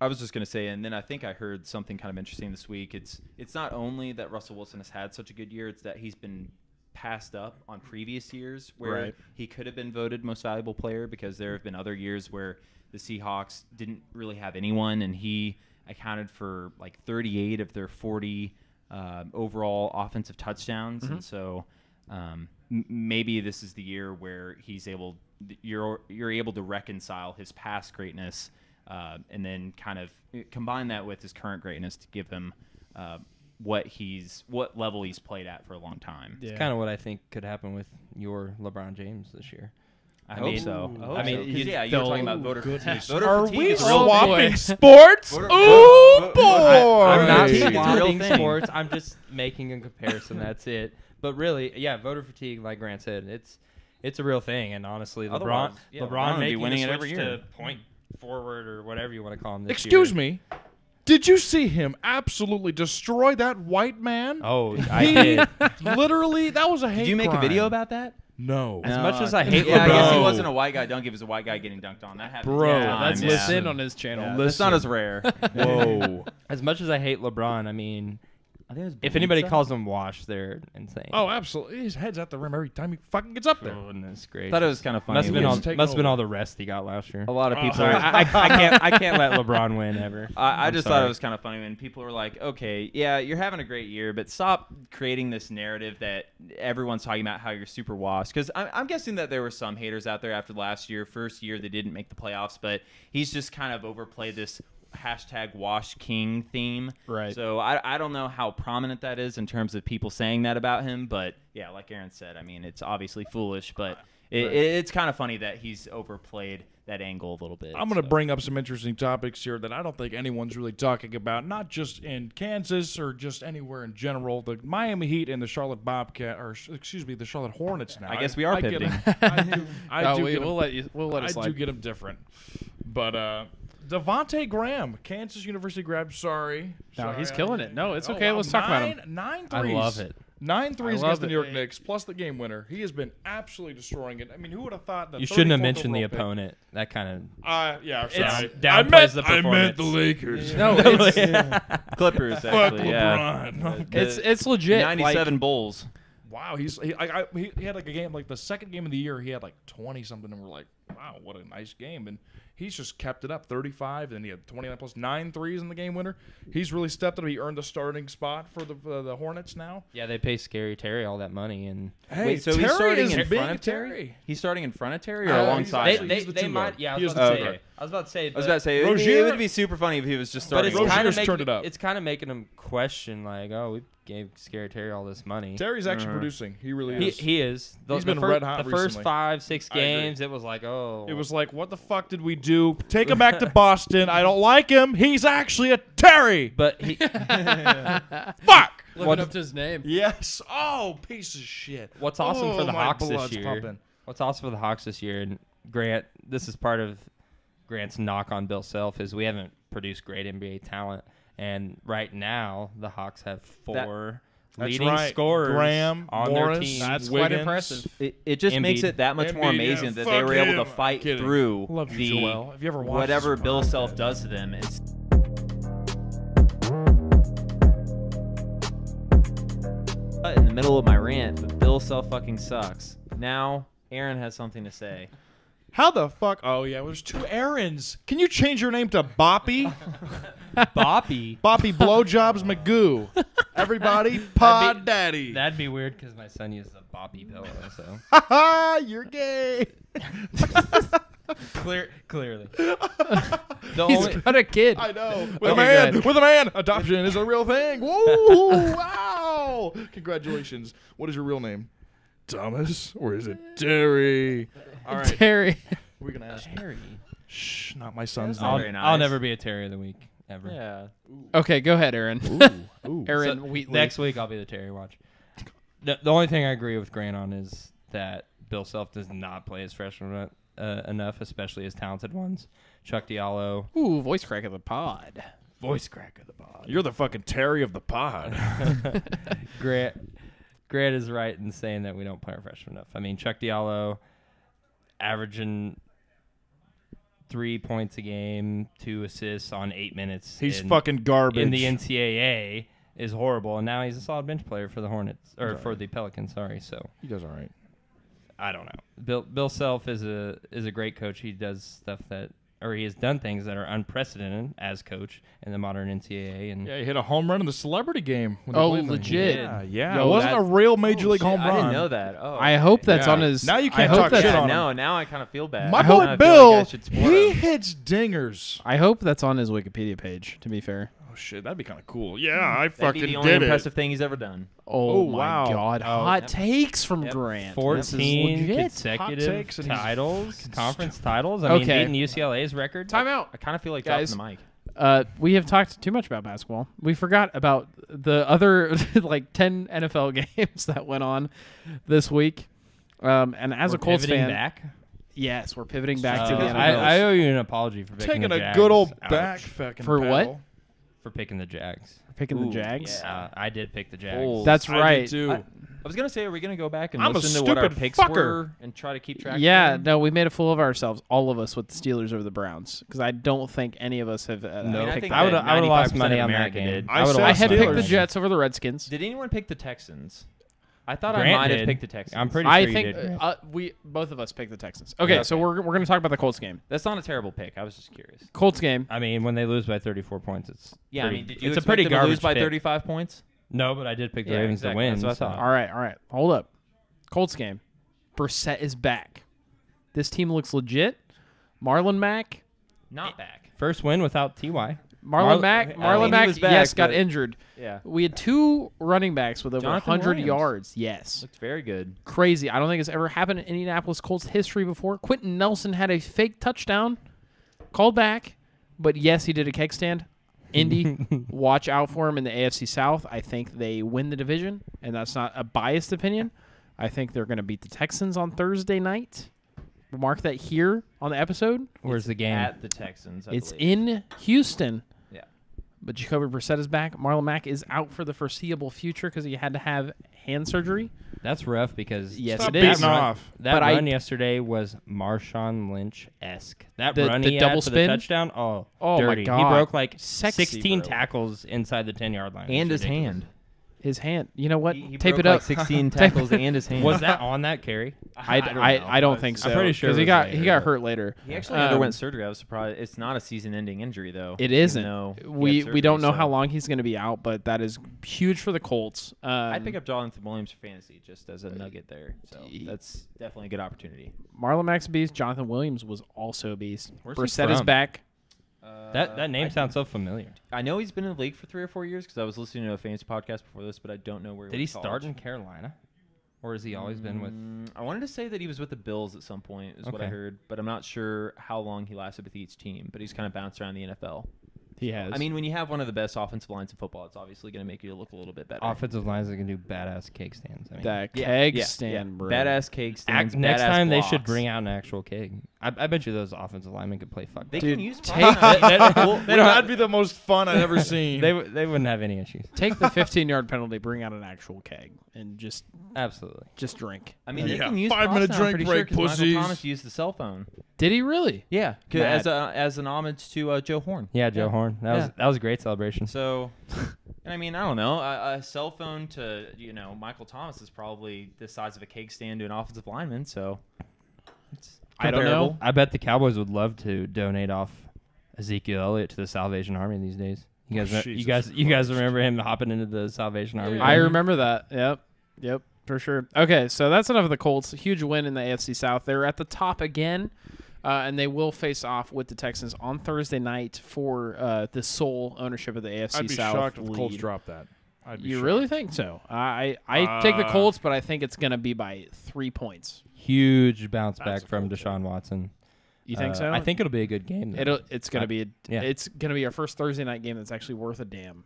I was just gonna say, and then I think I heard something kind of interesting this week. It's it's not only that Russell Wilson has had such a good year; it's that he's been passed up on previous years where
Right.
he could have been voted most valuable player because there have been other years where the Seahawks didn't really have anyone, and he accounted for like 38 of their 40 um, overall offensive touchdowns,
Mm-hmm.
and so. Um, m- maybe this is the year where he's able you're you're able to reconcile his past greatness uh, and then kind of eh, combine that with his current greatness to give him uh, what he's what level he's played at for a long time.
Yeah.
kind of what I think could happen with your LeBron James this year.
I
hope
mean,
so.
I,
I hope
mean,
so.
you- yeah, you were talking about
Ooh,
voter
goodness.
fatigue. Voter
Are
fatigue
we
is a
all-
real
Oh,
swapping
boy.
sports?
Voter-
Ooh,
voter-
boy.
I-
I'm not
Hey.
swapping
It's a real
sports. I'm just making a comparison. That's it. But really, yeah, voter fatigue, like Grant said, it's it's a real thing. And honestly, LeBron,
Otherwise, yeah,
LeBron,
LeBron would be
making
winning
the
it every
switch
year.
to point forward or whatever you want to call him. This
Excuse
year.
me. Did you see him absolutely destroy that white man?
(laughs)
Oh, I
He
did.
literally, that was a hate
Did you make a
crime.
video about that?
No.
As much as I hate
Uh, yeah, I guess he
LeBron.
wasn't a white guy dunk. He was a white guy getting dunked on. That happened.
Bro,
yeah,
Let's
that's
yeah.
listen
listen.
on his channel. (laughs)
That's not as rare.
Whoa.
as much as I hate LeBron, I mean,
I think it was
If anybody
Bielitsa.
calls him Wash, they're insane.
Oh, absolutely. His head's at the rim every time he fucking gets up there.
Oh,
goodness gracious.
thought it was kind of funny.
must have been
He
all
was
must
taking
have been
over.
all the rest he got last year.
a lot of
Oh.
people.
(laughs) Sorry, I, I, I can't I can't let LeBron win ever.
(laughs) I, I
I'm
just thought
sorry.
it was kind of funny when people were like, okay, yeah, you're having a great year, but stop creating this narrative that everyone's talking about how you're super washed. Because I'm, I'm guessing that there were some haters out there after last year, first year they didn't make the playoffs, but he's just kind of overplayed this hashtag wash king theme.
Right.
So I, I don't know how prominent that is in terms of people saying that about him, but yeah, like Aaron said, I mean, it's obviously foolish, but it, it's kind of funny that he's overplayed that angle a little bit.
I'm going to
so.
bring up some interesting topics here that I don't think anyone's really talking about, not just in Kansas or just anywhere in general. The Miami Heat and the Charlotte Bobcat, or sh- excuse me, the Charlotte Hornets. Now
I guess we are
get 'em- (laughs) I do. I
No,
do
we,
get 'em-
will let you. We'll let it
I
slide.
do get him different, but uh, Devonte Graham, Kansas University grad. Sorry,
No, he's
Sorry,
killing
I- Oh,
it. No, it's okay. Let's talk about him.
Nine
I
threes.
love it.
Nine threes
I love
against the New
it.
York Knicks, plus the game winner. He has been absolutely destroying it. I mean, who would have thought that?
You shouldn't have
34th
mentioned the
overall pick-
opponent. That kind
Uh, yeah, I'm
It's-
sorry.
downplays
I meant,
the
I meant the
performance.
Lakers. (laughs)
No, (laughs)
of
it's,
Clippers,
Fuck
actually. Yeah.
LeBron. (laughs) No.
The
it's it's legit. like-
97 Bulls.
Wow, he's he, I, I, he, he had like a game like the second game of the year. He had like twenty something, and we're like, wow, what a nice game. And he's just kept it up, thirty five. Then he had twenty nine plus nine threes in the game winner. He's really stepped up. He earned the starting spot for the uh, the Hornets now.
yeah, they pay Scary Terry all that money, and
Hey,
Wait, so
Terry
he's starting
is
in
big
front of Terry?
Terry.
He's starting in front of Terry or
Uh,
alongside?
he's
they,
actually-
him?
they,
the
they
two
might.
guard.
Yeah, I
He
was
is
about
the
to
two
say.
guard.
I was about to
I
say.
was
but-
about to say, it would, be,
Rozier?
it would be super funny if he was just
but
starting.
it's
Rozier's
over.
kind of
turned it up.
It's kind of making him question, like, oh, we gave Scary Terry all this money.
Terry's actually
Uh-huh.
producing. He really
He,
is.
he is. The,
He's
the
been
fir-
red hot
The first
recently.
five, six
I agree.
games, it was like, oh,
it was like, what the fuck did we do? Take him back to Boston. I don't like him. He's actually a Terry.
But he,
Fuck.
living
What-
up to his name.
Yes. Oh, piece of shit.
what's awesome for
Oh,
the
my
Hawks this
blood's
year?
pumping.
What's awesome for the Hawks this year? And Grant, this is part of Grant's knock on Bill Self is we haven't produced great NBA talent, and right now the Hawks have four
That's
leading
right.
scorers
Graham,
on
Morris,
their team.
That's quite
Wiggins.
impressive.
It, it just
Embiid.
makes it that much more
Embiid, yeah,
amazing that they
fuck
were able
him.
to fight
Kidding.
through
Love you,
the
Joel. Have you ever watched
whatever
this
Bill
podcast?
Self does to them. It's in the middle of my rant, but Bill Self fucking sucks. Now Aaron has something to say.
How the fuck? Oh yeah, there's two errands. Can you change your name to
(laughs)
Boppy?
Boppy.
Boppy Blowjobs McGoo. Everybody, Pod
be-
Daddy. (laughs)
That'd be weird because my son uses a boppy pillow, so
Ha ha! Ah, You're gay.
clear,
(laughs)
clearly.
The
He's
only,
got a kid.
I know. With a
Okay,
man.
good.
With a man. Adoption is a real
(laughs)
thing. Woo! Wow! Congratulations. What is your real name? Thomas, or is it Terry? All right,
Terry.
we're gonna ask.
Terry.
Shh, not my son's
I'll-
name.
(laughs) I'll,
Very
I'll
nice.
never be a Terry of the week ever.
yeah.
Okay, go ahead, Aaron. (laughs)
Ooh.
Aaron
So,
Wheatley.
Next week I'll be the Terry watch. The, the only thing I agree with Grant on is that Bill Self does not play his freshmen uh, enough, especially his talented ones. Chuck Diallo,
Ooh, voice crack of the pod.
voice crack of the pod.
You're the fucking Terry of the pod.
(laughs) Grant, Grant is right in saying that we don't play our freshmen enough. I mean, Chuck Diallo averaging three points a game, two assists on eight minutes.
He's
in-
fucking garbage.
in the NCAA is horrible, and now he's a solid bench player for the Hornets or for the Pelicans. Sorry, so
he does all right.
I don't know. Bill Bill Self is a is a great coach. He does stuff that or he has done things that are unprecedented as coach in the modern NCAA. And
Yeah, he hit a home run in the celebrity game. when they
Oh,
played them.
legit.
Yeah, yeah.
Yo,
it wasn't
that-
a real major league home
I
run.
didn't know that. Oh,
(laughs) I hope that's
Yeah.
on his.
Now you
I
can't
hope
talk
that's-
shit
Yeah,
on him.
no, now I kind of feel bad.
My
Now
boy
I feel
Bill,
like I should support
he
him.
hits dingers.
I hope that's on his Wikipedia page. To be fair.
Oh shit, that'd be kind of cool. Yeah, I
Hmm. That'd
fucking
be the only
did
impressive
it.
thing he's ever done.
Oh,
Oh,
my
wow.
God! Hot takes from
Yep.
Grant. This is
14
legit.
Hot
consecutive
takes, and he's
titles,
fucking
conference titles. I mean,
Okay.
beating UCLA's record.
Time out.
(laughs)
I kind of feel like
Guys.
dropping the mic.
Uh, we have talked too much about basketball. We forgot about the other (laughs) like ten NFL (laughs) games that went on this week. Um, and as
We're
a Colts
pivoting
fan,
back.
yes, we're pivoting back
Uh,
to the NFL
I, I owe you an apology for picking
Taking
the
a
Jags.
good old
Ouch.
back fucking
For what?
paddle.
for picking the Jags.
Picking the
Ooh,
Jags.
yeah.
Uh, I did pick the Jags.
Oh.
That's
I do
right.
too. (laughs)
I, I was gonna say, are we gonna go back and
I'm a
listen to what our
stupid
picks
fucker.
were and try to keep track? of
Yeah,
them?
no, we made a fool of ourselves, all of us, with the Steelers over the Browns, because I don't think any of us have. Uh,
No,
I mean, I
picked
think
I would
that
I would have lost
95%
money
of
on that
America
game.
did.
I
would've
said
I
lost
had
Steelers.
money
picked
on
the
that.
Jets over the Redskins.
Did anyone pick the Texans? I thought I
Grant
might have
did.
picked the Texans.
I'm pretty
I
sure
think
you did.
uh, we both of us picked the Texans. Okay,
Yeah,
so
okay.
we're, we're going to talk about the Colts game.
That's not a terrible pick. I was just curious.
Colts game.
I mean, when they lose by 34 points, it's
Yeah,
pretty,
I mean, did you
it's a
expect
pretty
them to
garbage
lose by
pick.
35 points?
No, but I did pick the
Yeah,
Ravens
exactly.
to win.
That's what I
so-
thought.
All right, all right. Hold up. Colts game. Brissett is back. This team looks legit. Marlon Mack.
Not back.
First win without Ty.
Marlon
Marl-
Mack.
I
Marlon
mean, he
Mack,
was back,
yes, got
but-
injured.
Yeah,
We had two running backs with over
Jonathan
100
Williams.
yards. Yes.
looked very good.
Crazy. I don't think it's ever happened in Indianapolis Colts history before. Quentin Nelson had a fake touchdown called back, but yes, he did a keg stand. Indy,
(laughs)
watch out for him in the AFC South. I think they win the division, and that's not a biased opinion. I think they're going to beat the Texans on Thursday night. Mark that here on the episode.
Where's the game?
At the Texans. I
it's
believe.
in Houston.
Yeah.
But Jacoby Brissett is back. Marlon Mack is out for the foreseeable future because he had to have hand surgery.
That's rough because
Yes,
Stop
it
beating
is.
that run,
off.
That
But I-
run yesterday was Marshawn Lynch esque. That
The-
run
the
he had
double
for
spin?
the touchdown. Oh,
Oh my
dirty.
God.
He broke like
Sexy,
16
bro.
tackles inside the 10 yard line. It
And
was
his
ridiculous.
hand.
His hand. You know what?
He- he
Tape
broke
it up. (laughs)
Like 16
Tape-
tackles and his hand. (laughs)
Was
(laughs)
that on that carry?
I, I,
don't know.
I, don't think so.
I'm pretty sure
because
it
he
was
got he
later,
got
but-
hurt later.
He actually
Um,
underwent surgery. I was surprised. It's not a season-ending injury, though.
It
even
isn't.
though he had
we we
surgery,
don't know
so-
how long he's going to be out, but that is huge for the Colts. Um,
I pick up Jonathan Williams for fantasy just
Uh,
as a nugget there. So
Ye-
that's definitely a good opportunity.
Marlon Mack's a beast. Jonathan Williams was also a beast.
Where's he
Brissett is
from?
back.
That that name sounds so familiar.
Uh, I know he's been in the league for three or four years because I was listening to a fantasy podcast before this, but I don't know where.
Did he
was
start
college.
in Carolina, or has he always been with?
Mm, I wanted to say that he was with the Bills at some point, is what I
Okay.
heard, but I'm not sure how long he lasted with each team. But he's kind of bounced around the NFL.
He has.
I mean, when you have one of the best offensive lines in football, it's obviously going to make you look a little bit better.
Offensive lines that can do badass cake stands. I mean,
that
Yeah,
keg
yeah,
stand,
yeah.
bro.
Badass cake stands.
Act- next
badass
time
blocks.
they should bring out an actual keg. I, I bet you those offensive linemen could play fuck.
They
They,
Dude,
can use
take-
(laughs)
Would that be the most fun I've ever seen?
they w- they wouldn't have any issues.
Take
(laughs)
the 15 yard penalty. Bring out an actual keg and just
Absolutely.
just drink.
I mean, they
Yeah,
can use
five
props
minute
now, I'm
drink
pretty
break,
sure, 'cause
pussies.
Michael Thomas used the cell phone.
Did he really?
Yeah, 'cause
Mad.
as a, as an homage to uh, Joe Horn.
Yeah, Joe Horn. That was
Yeah.
that was a great celebration.
So, and I mean, I don't know. A, a cell phone to you know Michael Thomas is probably the size of a cake stand to an offensive lineman. So, it's
I don't
comparable.
know.
I bet the Cowboys would love to donate off Ezekiel Elliott to the Salvation Army these days. You guys,
Oh,
you
Jesus
guys, you guys
Christ.
remember him hopping into the Salvation Army?
I
thing?
remember that. Yep. Yep. For sure. Okay, so that's enough of the Colts. Huge win in the AFC South. They're at the top again, uh, and they will face off with the Texans on Thursday night for uh, the sole ownership of the AFC
I'd be
South.
shocked if the Colts
lead.
drop that. I'd be
You
shocked.
really think so? I I, I take the
Uh,
Colts, but I think it's going to be by three points.
huge bounce
That's
back
a
from
cool
Deshaun Watson.
You think
Uh,
so?
I think it'll be a good game. though.
it'll. It's going
I-
to be. A,
yeah.
It's going to be our first Thursday night game that's actually worth a damn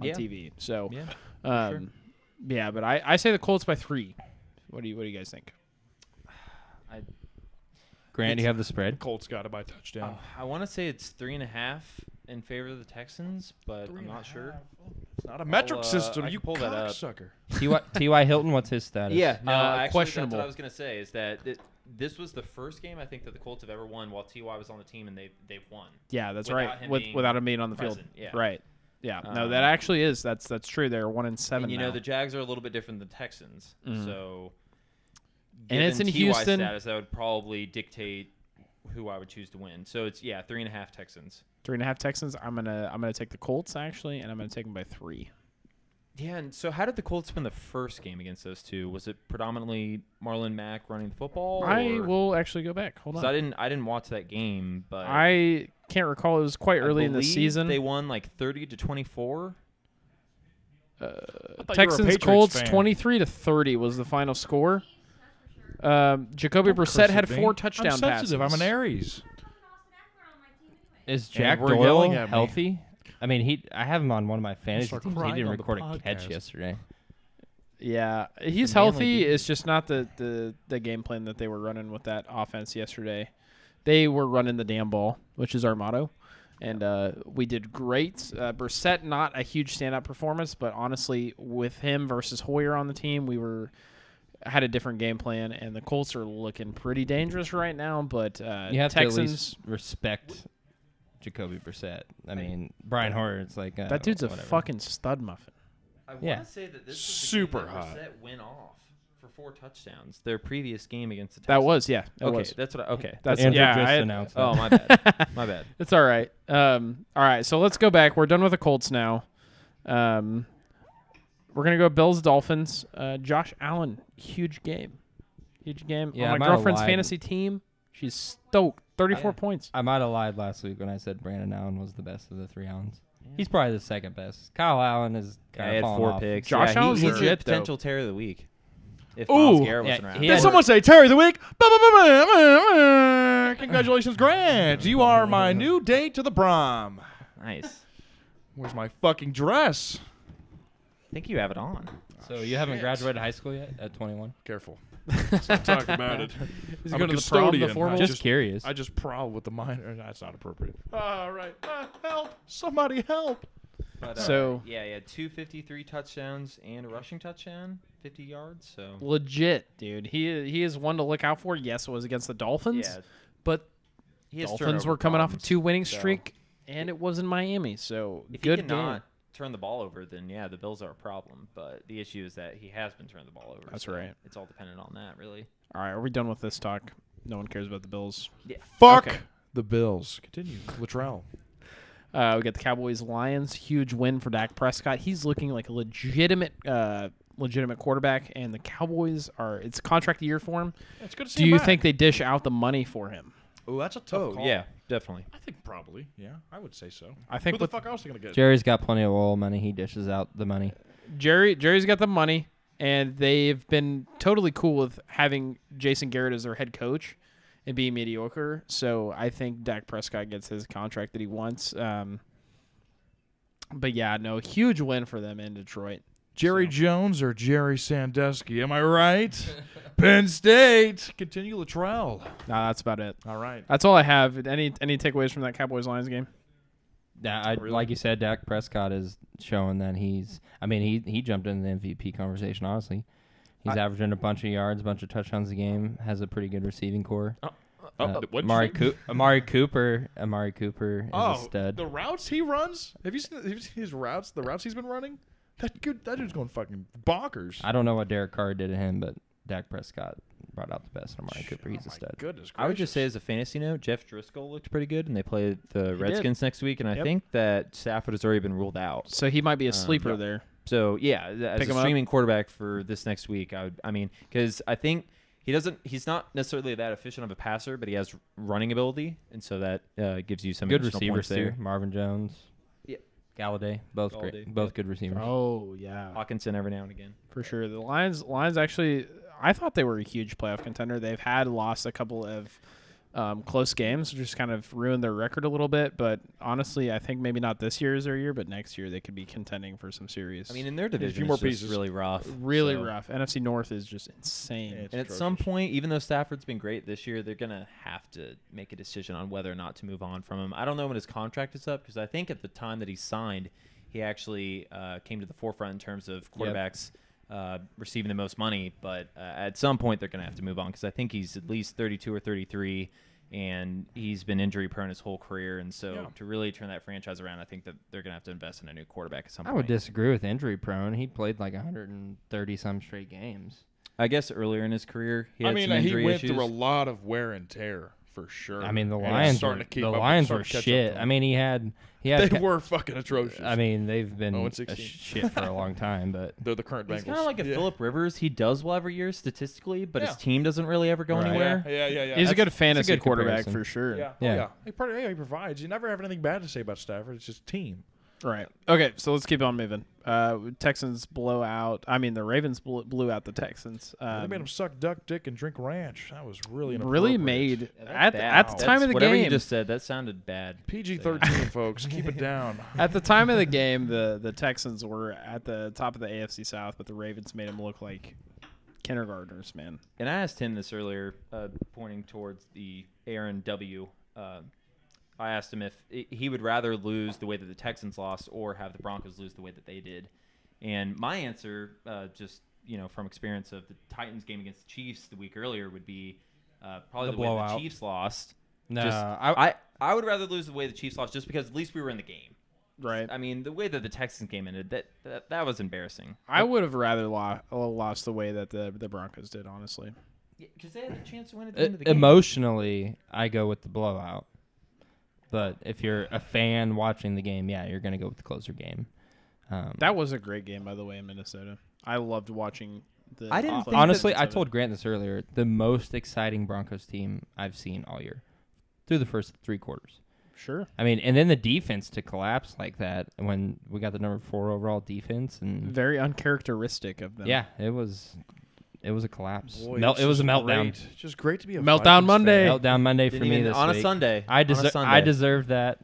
on
Yeah.
TV. So,
Yeah.
um,
sure.
yeah, but I, I say the Colts by three. What do you What do you guys think?
Grant, do you have the spread?
Colts got it by touchdown.
Oh, I want to say it's three and a half in favor of the Texans, but
Three
I'm
and a
not sure.
half. It's not a metric
uh,
system.
I can
you
pull that up.
cocksucker.
Ty Ty Hilton, what's his status?
no,
Uh,
actually, That's
questionable.
what I was gonna say is that th- this was the first game I think that the Colts have ever won while Ty was on the team, and they they've won.
Yeah, that's
without
right.
him
With
being
without him being on the field,
present, yeah.
right? Yeah, no, that
Um,
actually is. That's that's true. They're one in seven.
And you know
now.
the Jags are a little bit different than Texans, so
And it's
given
in
TY
Houston.
Status that would probably dictate who I would choose to win. So it's yeah, three and a half Texans.
three and a half Texans. I'm gonna I'm gonna take the Colts actually, and I'm gonna take them by three.
Yeah, and so how did the Colts win the first game against those two? Was it predominantly Marlon Mack running the football?
I
or-
will actually go back. Hold
'cause
on.
I didn't. I didn't watch that game, but
I can't recall. It was quite
I
early in the
believe
season.
They won like thirty to twenty-four.
I thought you were a
Texans
Patriots
Colts
fan.
23 to 30 was the final score. Um, Jacoby Brissett had
eh?
four touchdown
I'm
passes.
sensitive. I'm an Aries.
Is
And
Jack
we're yelling
Doyle
at me.
healthy? I mean, he. I have him on one of my fantasy
start
teams. He
crying
didn't
on the
record a catch
podcast.
yesterday.
Yeah, he's
The manly
healthy.
defense.
It's just not the, the the game plan that they were running with that offense yesterday. They were running the damn ball, which is our motto. and uh, we did great. Uh, Brissett, not a huge standout performance, but honestly, with him versus Hoyer on the team, we were had a different game plan, and the Colts are looking pretty dangerous right now. But uh,
You have
Texans,
to at least respect Jacoby Brissett. I mean, Brian Hoyer. It's like uh,
that dude's a
whatever.
fucking stud muffin.
I
Yeah.
want to say that this was the
Super
game that
hot.
Brissett went off for four touchdowns. Their previous game against the
That
Texans.
was yeah. That
okay.
was.
That's what I okay.
That's
Andrew
yeah.
just
I- uh,
announced that.
(laughs)
oh my bad. My bad.
It's all right. Um, all right, so let's go back. We're done with the Colts now. Um, we're gonna go Bills Dolphins. Uh, Josh Allen, huge game, huge game.
Yeah,
On
I
my
might have
girlfriend's
lied.
fantasy team, she's stoked. Thirty-four points.
I might have lied last week when I said Brandon Allen was the best of the three Allens. He's probably the second best. Kyle Allen is
I
kind of
had four picks.
Josh
yeah,
Allen's
he, he's a
legit, though.
potential tear of the week. If
Ooh.
Miles Garrett
Yeah,
wasn't around.
he
Did
is.
someone say Terry of the Week? Ba-ba-ba-ba-ba-ba. Congratulations, Grant. You are my new date to the prom.
Nice. I
Where's my fucking dress?
think you have it on.
So you haven't graduated high school yet at 21?
Careful. Let's not talk
(laughs)
about it.
He's
I'm
going
a
to the prom, the
custodian. I
formal.
Just,
just-
curious.
I just prowl with the minor. That's not appropriate. All right. Ah, help. Somebody help.
uh,
But,
So-
yeah, he had two fifty-three touchdowns and a rushing touchdown, fifty yards. So
Legit, dude. He he is one to look out for. Yes, it was against the Dolphins,
yeah,
but
he has
Dolphins
turnover
were coming off a
problems.
two-winning
so-
streak, and it was in Miami. So
If
good
he
game.
cannot turn the ball over, then yeah, the Bills are a problem. But the issue is that he has been turning the ball over.
That's
so
right.
It's all dependent on that, really.
All right, are we done with this talk? No one cares about the Bills.
Fuck
Okay.
the Bills. Continue. Latrell.
Uh, we got the Cowboys Lions, huge win for Dak Prescott. He's looking like a legitimate uh, legitimate quarterback and the Cowboys are it's contract year for him.
It's good to see
Do you think they dish out the money for him?
Oh, that's a tough call.
definitely.
I think probably. Yeah, I would say so.
I think
Who the
with-
fuck else are going to get?
Jerry's got plenty of oil money. He dishes out the money.
Jerry Jerry's got the money and they've been totally cool with having Jason Garrett as their head coach and being mediocre. So I think Dak Prescott gets his contract that he wants. Um, but yeah, no, huge win for them in Detroit.
Jerry Jones or Jerry Sandusky? Am I (laughs) right? Penn State. Continue Latrell.
Nah, that's about it.
All right.
That's all I have. Any any takeaways from that Cowboys Lions game?
Yeah, I, like you said, Dak Prescott is showing that he's. I mean, he he jumped into the MVP conversation. Honestly, he's averaging a bunch of yards, a bunch of touchdowns a game. Has a pretty good receiving core.
Oh,
Uh,
what'd you
Amari,
say? Oh,
Coo- Amari Cooper. Amari Cooper is a stud.
the routes he runs. Have you seen? Have you seen his routes? The routes he's been running. That good. That dude's going fucking bonkers.
I don't know what Derek Carr did to him, but Dak Prescott brought out the best in Amari Cooper. He's
Oh
a
my
stud.
Goodness.
I would just say,
gracious.
as a fantasy note, Jeff Driscoll looked pretty good, and they play the
did.
Redskins next week. And I
Yep.
think that Stafford has already been ruled out.
So he might
Um,
be a sleeper
yeah.
there.
So yeah, th- as
Pick him
a
up.
streaming quarterback for this next week, I would. I mean, because I think he doesn't. He's not necessarily that efficient of a passer, but he has running ability, and so that uh, gives you some
Good
additional points
receivers
there.
too. Marvin Jones.
Yeah.
Galladay. Both
Galladay,
great. Both good receivers.
Oh yeah,
Hawkinson every now and again.
for sure. The Lions Lions actually, I thought they were a huge playoff contender. They've had lost a couple of um, close games, which just kind of ruined their record a little bit. But honestly, I think maybe not this year is their year, but next year they could be contending for some serious.
I mean, in their division,
more
it's just
pieces.
really rough.
really
so-
rough. NFC North is just insane.
Yeah, it's
And at some point, even though Stafford's been great this year, they're gonna have to make a decision on whether or not to move on from him. I don't know when his contract is up because I think at the time that he signed, he actually uh, came to the forefront in terms of quarterbacks uh, receiving the most money. But uh, at some point, they're gonna have to move on because I think he's at least 32 or 33, and he's been injury prone his whole career. And so
Yeah.
to really turn that franchise around, I think that they're gonna have to invest in a new quarterback at some
I
point.
would disagree with injury prone. He played like 130 some straight games.
I guess earlier in his career, he had
I mean,
some
he
injury
went
issues.
through a lot of wear and tear for sure.
I mean, the
And it's
Lions. Were,
starting to keep
the
up, it's
Lions
starting
were
to catch up
shit.
to
I
him.
mean, he had he had.
(laughs) they
ca-
were fucking atrocious.
I mean, they've been
Oh, and
a
16.
shit for a long
(laughs)
time, but
they're the current
He's
Bengals.
kind of like a
yeah.
Philip Rivers. He does well every year statistically, but
Yeah.
his team doesn't really ever go
Right.
anywhere.
Yeah, yeah, yeah. yeah.
He's a
That's-
good fantasy
good
quarterback
comparison.
for sure.
Yeah, yeah.
Yeah.
yeah. He, probably, yeah, he provides. You never have anything bad to say about Stafford. It's just team.
Right. Okay, so let's keep on moving. Uh, Texans blow out. I mean, the Ravens blew, blew out the Texans. Um,
they made him suck duck dick and drink ranch. That was really
really
inappropriate.
made
That's
at, the-
bad.
at the time
That's-
of the
whatever
game.
you just said, that sounded bad.
PG thirteen, folks. Keep it down.
(laughs) at the time of the game, the the Texans were at the top of the AFC South, but the Ravens made them look like kindergartners, man.
And I asked him this earlier, uh, pointing towards the Aaron W. Uh, I asked him if he would rather lose the way that the Texans lost or have the Broncos lose the way that they did. And my answer, uh, just you know, from experience of the Titans game against the Chiefs the week earlier, would be uh, probably
The
the, way the
blowout.
Chiefs lost.
No,
Just-
I, e,
I, I would rather lose the way the Chiefs lost just because at least we were in the game.
Right.
I mean, the way that the Texans game ended, that that, that was embarrassing.
I would have rather lo- uh, lost the way that the the Broncos did, honestly.
Because they had a chance to win at the
e-
end of the game.
emotionally, I go with the blowout. But if you're a fan watching the game, yeah, you're gonna go with the closer game. Um,
That was a great game, by the way, in Minnesota. I loved watching the.
I didn't
playoff
think that-
honestly, I
of it.
told Grant this earlier. The most exciting Broncos team I've seen all year, through the first three quarters.
Sure.
I mean, and then the defense to collapse like that when we got the number four overall defense, and
Very uncharacteristic of them.
yeah, it was, it was a collapse.
Boy,
Mel-
it's
it was a
just
meltdown.
Great. Just great to be a
Meltdown
Vikings
Monday.
fan.
Meltdown Monday for
Didn't
me
even-
this
on
week.
a Sunday.
I
On a
deserve.
Sunday.
I deserve that.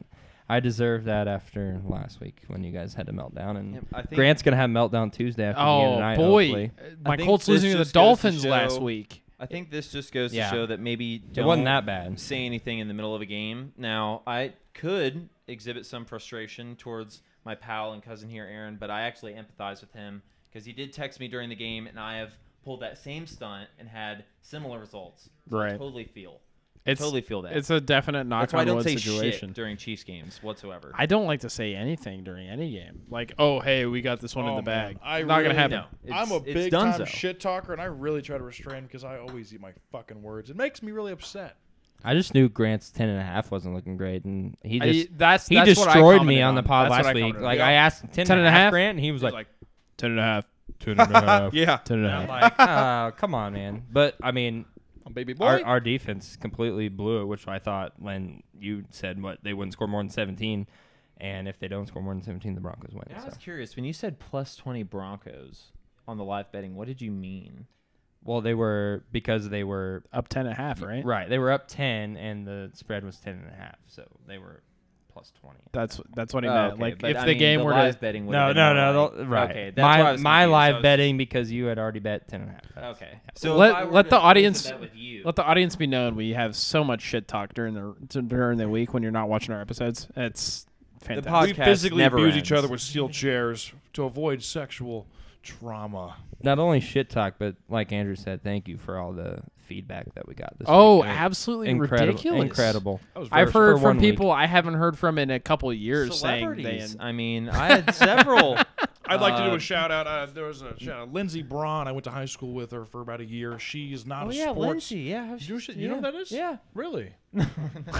I deserve that after last week when you guys had a meltdown, and
Yeah, I think-
Grant's gonna have meltdown Tuesday after the game
Oh
tonight.
boy,
hopefully.
my
I think
Colts
this
losing to the
just goes to
Dolphins last
show-
week.
I think this just goes
Yeah.
to show that maybe
it
don't
wasn't that bad.
say anything in the middle of a game. Now, I could exhibit some frustration towards my pal and cousin here, Aaron, but I actually empathize with him because he did text me during the game, and I have pulled that same stunt and had similar results. So I
Right.
totally feel.
It's
totally feel that.
It's a definite knock
That's
on
why I don't
wood
say
situation.
shit during Chiefs games whatsoever.
I don't like to say anything during any game. Like, oh hey, we got this one in
Oh,
the
man.
bag.
I
Not
really-
gonna happen.
no, it's,
I'm a
it's
big
dunzo.
time shit talker, and I really try to restrain because I always eat my fucking words. It makes me really upset.
I just knew Grant's ten and a half wasn't looking great, and he
I-
just
that's-
he
that's what I
destroyed me
commented
on the
on. That's
pod
what I
last week.
commented on.
Like
Yeah.
I asked him, 10
10
and a half,
half?
Grant, and he was like,
like ten and a
(laughs)
half.
ten and a half.
Yeah.
Ten (laughs) and a half.
like, oh, come on, man. But I mean,
Oh,
baby boy.
our, our defense completely blew it, which I thought when you said what they wouldn't score more than seventeen, and if they don't score more than seventeen, the Broncos win.
Now I
so.
was curious when you said plus twenty Broncos on the live betting. What did you mean?
Well, they were because they were
Up ten and a half, right?
Right. They were up 10, and the spread was 10 and a half. So they were plus 20.
That's that's what he
Oh,
meant.
okay,
like
but
if
I
the
mean,
game
the
were
live
to
betting,
No,
would've
no,
been
no.
more
the-
like-
right.
Okay, that's why I
my
was
my
confused. I
live
was-
betting because you had already bet 10 and a half. That's-
Okay.
yeah.
So
Let-
if I were
let
to
the audience-
visit that with you.
let the audience be known, we have so much shit talk during the during the week when you're not watching our episodes. It's fantastic.
pod-
we
podcast
physically
never
abuse
ends.
each other with steel chairs to avoid sexual trauma.
Not only shit talk, but like Andrew said, thank you for all the feedback that we got this
oh,
week. It was
absolutely
incredible,
ridiculous!
Incredible.
That was
I've
For-
heard
for one
from
week.
people I haven't heard from in a couple years saying they.
Celebrities. I mean, I had several.
I'd like to do
Uh,
a shout out. Uh, there was a shout out. Lindsey Braun. I went to high school with her for about a year. She's not
oh
a
yeah,
sports.
Lindsay. Yeah, how's
You,
she-
should- you know
yeah.
who that is?
Yeah.
Really?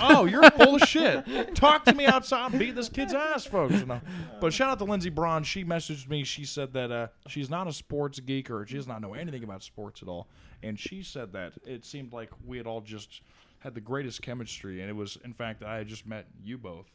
oh, you're full of shit. Talk to me outside and beat this kid's ass, folks. You know? But shout out to Lindsey Braun. She messaged me. She said that uh, she's not a sports geek or she does not know anything about sports at all. And she said that it seemed like we had all just had the greatest chemistry. And it was, in fact, I had just met you both.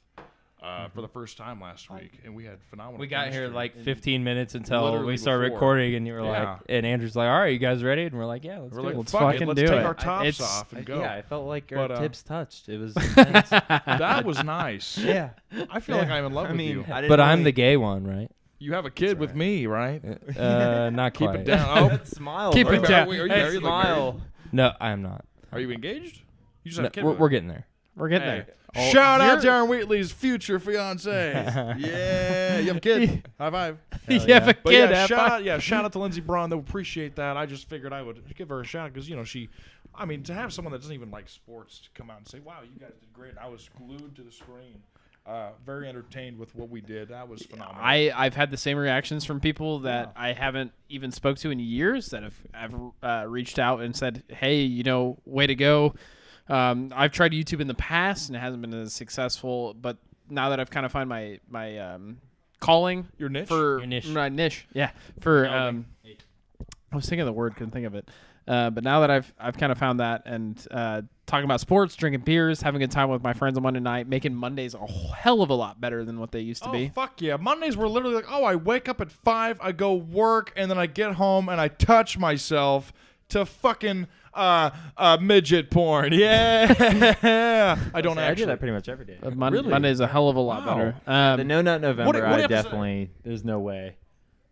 Uh, For the first time last week, and we had phenomenal.
We got here
chemistry.
like
And
15 minutes until
Literally
we started
before.
recording, and you were
Yeah.
like, and Andrew's like, all right, you guys ready? And we're like, yeah, let's
We're
do
like,
it.
Let's
fuck it,
fucking
let's
do
take
it.
our tops
It's-
off and
I-
go.
(laughs)
Yeah, I felt like
But,
our
uh,
tips touched. It was intense.
That was nice.
yeah.
I feel like I'm in love
I
with
mean,
you.
I didn't
But I'm
(laughs)
the
really-
gay
(laughs)
one, right?
You have a kid with me, right?
Uh, not
Keep
quite.
it down.
That smile.
Keep
bro.
it down.
Are you
Hey,
married? Like,
(laughs) Smile.
No, I'm not.
Are you engaged? You just have
No,
a Oh, kid.
we're,
with
we're
her.
getting there.
We're getting
Hey.
there. (laughs)
Shout out
you're-
Darren Wheatley's future (laughs) fiance. yeah, you have a (laughs) kid. High five.
Hell
you have a
But
kid.
yeah,
have
shout
fun.
out, yeah, shout out to Lindsey Braun. They appreciate that. I just figured I would give her a shout because you know she, I mean, to have someone that doesn't even like sports to come out and say, "Wow, you guys did great," I was glued to the screen, uh, very entertained with what we did. That was phenomenal.
I, I've had the same reactions from people that I haven't even spoke to in years that have, have uh, reached out and said, hey, you know, way to go. Um, I've tried YouTube in the past and it hasn't been as successful, but now that I've kind of found my my um, calling
Your niche?
for
Your niche.
my niche, yeah, for um, I was thinking of the word, couldn't think of it. Uh, but now that I've I've kind of found that and uh, talking about sports, drinking beers, having a good time with my friends on Monday night, making Mondays a hell of a lot better than what they used to
Oh
be.
fuck yeah! Mondays were literally like, oh, I wake up at five, I go work, and then I get home and I touch myself to fucking uh, uh midget porn. (laughs) Yeah, I don't
I do
actually.
that pretty much every day.
Uh, Mon-
Really?
Monday's a hell of a lot
Wow.
better.
The
Um,
No Nut November,
e-, what
I
episode-
definitely. There's no way.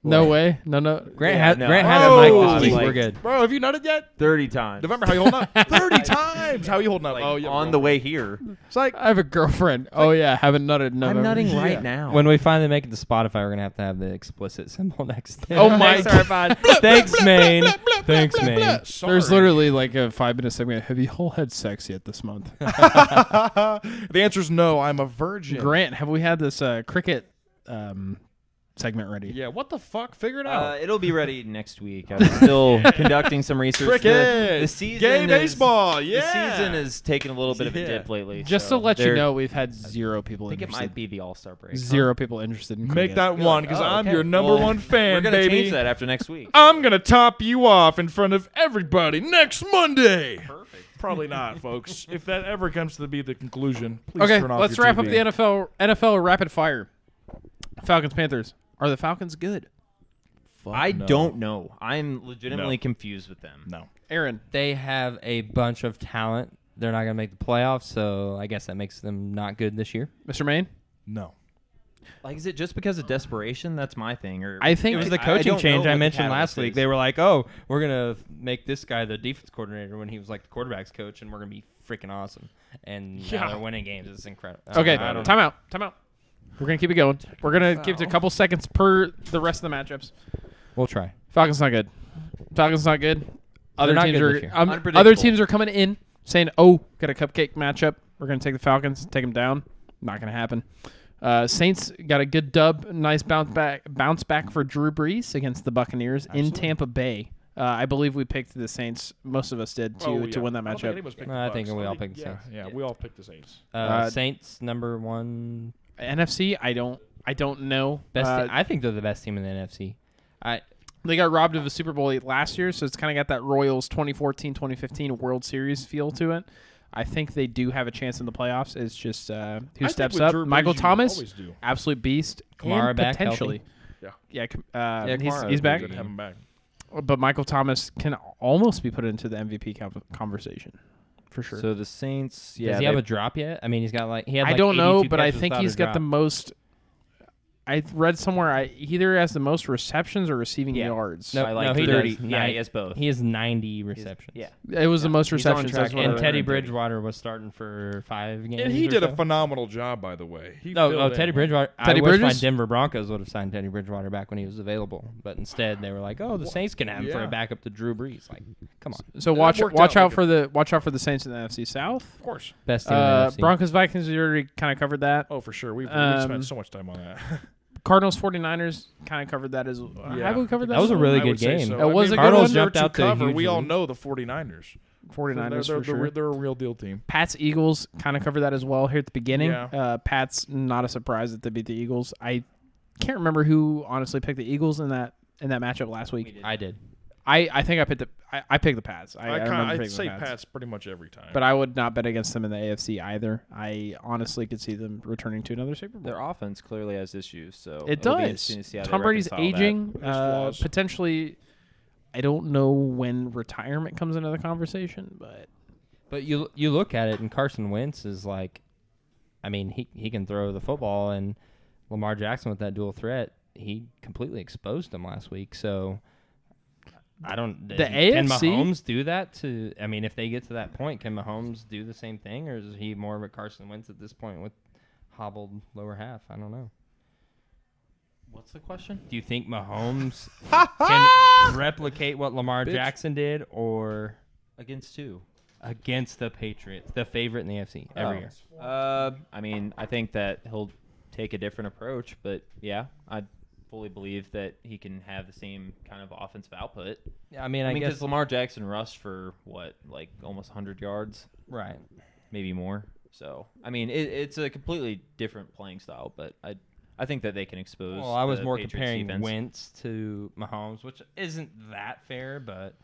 No way. No, no.
Grant,
Yeah,
has,
no,
Grant
I-
has a mic
Oh,
this week.
like-
We're good.
Bro, have you nutted yet?
Thirty times.
November, how you holding
(laughs)
up? Thirty times. How you holding up?
Like,
oh, yeah.
on the way here.
It's like
I have a girlfriend. Oh yeah, haven't nutted. in November.
right
now.
When we finally make it to Spotify, we're gonna have to have the explicit symbol (laughs) next. Time.
Oh my
Thanks,
God.
(laughs)
Arpad. Thanks, Maine. Thanks, Maine.
There's literally like a five minute segment. Have you whole had sex yet this
(laughs)
month?
the answer is no. I'm a virgin.
Grant, have we had this uh, cricket um, segment ready?
Yeah. What the fuck? Figure it
Uh,
out.
it'll be ready next week. I'm
(laughs)
still conducting some research. The-
Cricket.
The, season
Gay
is-
baseball.
The
Yeah.
season is taking a little bit of a
Yeah.
dip lately.
Just
so
to let you
they're-
know, we've had zero people
I think it
interested.
might be the All Star break.
Zero people interested in
Make
cricket.
that
You're
one
like,
because
oh,
I'm
okay.
your number
Well,
one fan,
We're gonna
baby.
change that after next
(laughs)
week.
I'm gonna top you off in front of everybody next Monday. Perfect. Probably not, (laughs) folks. If that ever comes to be the conclusion, please
Okay,
turn off
let's
your
wrap
TV.
up the NFL NFL rapid fire. Falcons Panthers. Are the Falcons good?
I
no.
don't know. I'm legitimately confused with them.
No.
Aaron,
They have a bunch of talent. They're not gonna make the playoffs, so I guess that makes them not good this year.
Mr. Maine.
No.
Like, is it just because of desperation? That's my thing. Or
I think
It was the
I- I
coaching
don't
change
know
I
what the
mentioned last
catalyst
week.
is.
They were like, "Oh, we're gonna make this guy the defense coordinator when he was like the quarterbacks coach, and we're gonna be freaking awesome." And now
Yeah.
they're winning games. It's incredible.
Okay,
I don't know.
time out. Time out. We're gonna keep it going. We're gonna give it a couple seconds per the rest of the matchups.
We'll try.
Falcons not good. Falcons not good. Other
They're not
teams
good this year.
are um, other
Unpredictable.
teams are coming in saying, "Oh, got a cupcake matchup. We're gonna take the Falcons, take them down." Not gonna happen. Uh, Saints got a good dub, nice bounce back, bounce back for Drew Brees against the Buccaneers in Tampa Bay. Uh, I believe we picked the Saints. Most of us did to
Oh,
to win that matchup.
No, I think we all picked the
yeah,
Saints.
Yeah, we all picked the Saints.
Uh,
Uh,
Saints number one
NFC, I don't, I don't know.
best.
Uh,
te- I think they're the best team in the NFC. I
they got robbed of a Super Bowl eight last year, so it's kind of got that Royals 2014 2015 World Series feel to it. I think they do have a chance in the playoffs. It's just
I
uh, who
think
steps
with
up.
Drew Brees,
Michael
you
Thomas,
always do.
absolute beast.
Kamara
and
back,
potentially.
Yeah.
Yeah, Kam- uh,
Yeah,
he's,
Kamara
he's
would
back.
be
Good to have him back.
But Michael Thomas can almost be put into the MVP com- conversation for sure.
So the Saints. Yeah.
does he
they-
have a drop yet? I mean, he's got like he had.
I
like,
don't know,
82
but I
catches
think
without
he's
a
got the
drop.
most. I read somewhere I either has the most receptions or receiving
Yeah.
yards.
No,
I like
no, he
30.
does.
Yeah,
Nine-
he has both.
He has 90 receptions.
yeah.
It was the most
He's on
receptions.
track.
that's what I
And
Well,
Teddy
heard.
Bridgewater was starting for five games.
And he
or
did
so.
a phenomenal job, by the way. He
No,
filled
oh,
in.
Teddy Bridgewater.
Teddy
I wish my
Bridges?
Denver Broncos would have signed Teddy Bridgewater back when he was available, but instead they were like, "Oh, the Saints can have him for
Yeah.
a backup to Drew Brees." Like, come on,
So
That
watch
worked
watch out,
out like
for the watch out for the Saints in the NFC South.
Of course.
best
Uh,
team. in the NFC.
Broncos Vikings we already kind of covered that.
Oh, for sure. We've,
Um,
we spent so much time on that.
Cardinals 49ers kind of covered that as well.
(laughs) Yeah.
Have we covered that?
That was a
one?
really
I
good
would say
game.
so.
It
I
was
mean,
a good
Cardinals
one.
jumped
Jumped
out
out to a
cover.
huge
We all
lead.
know the 49ers.
49ers
they're,
for
they're,
sure.
they're, they're a real deal team.
Pats Eagles kind of covered that as well here at the beginning.
Yeah.
Uh, Pats not a surprise that they beat the Eagles. I can't remember who honestly picked the Eagles in that in that matchup last week.
I did.
I, I think I picked the I, I picked the Pats. I, I,
I, kinda,
remember
I
picking
say
the Pats.
Pats pretty much every time.
But I would not bet against them in the AFC either. I honestly could see them returning to another Super Bowl.
Their offense clearly has issues. So
It
it'll be
does.
interesting to see how they
Tom Brady's
reconcile that.
aging.
There's
Uh,
flaws.
potentially, I don't know when retirement comes into the conversation, but
But you you look at it, and Carson Wentz is like, I mean, he he can throw the football, and Lamar Jackson with that dual threat, he completely exposed him last week. So I don't.
The
can
AFC?
Mahomes do that to? I mean, if they get to that point, can Mahomes do the same thing, or is he more of a Carson Wentz at this point with hobbled lower half? I don't know.
What's the question?
Do you think Mahomes can replicate what Lamar Jackson did, or
Against two.
against the Patriots, the favorite in the AFC every
Oh.
year?
Uh, I mean, I think that he'll take a different approach, but yeah, I fully believe that he can have the same kind of offensive output.
Yeah, I mean,
I,
I,
mean,
guess
because Lamar Jackson rushed for what, like almost 100 yards,
right.
maybe more. So, I mean, it, it's a completely different playing style, but I, I think that they can expose.
Well, I was
the
more
Patriots
comparing
defense.
Wentz to Mahomes, which isn't that fair, but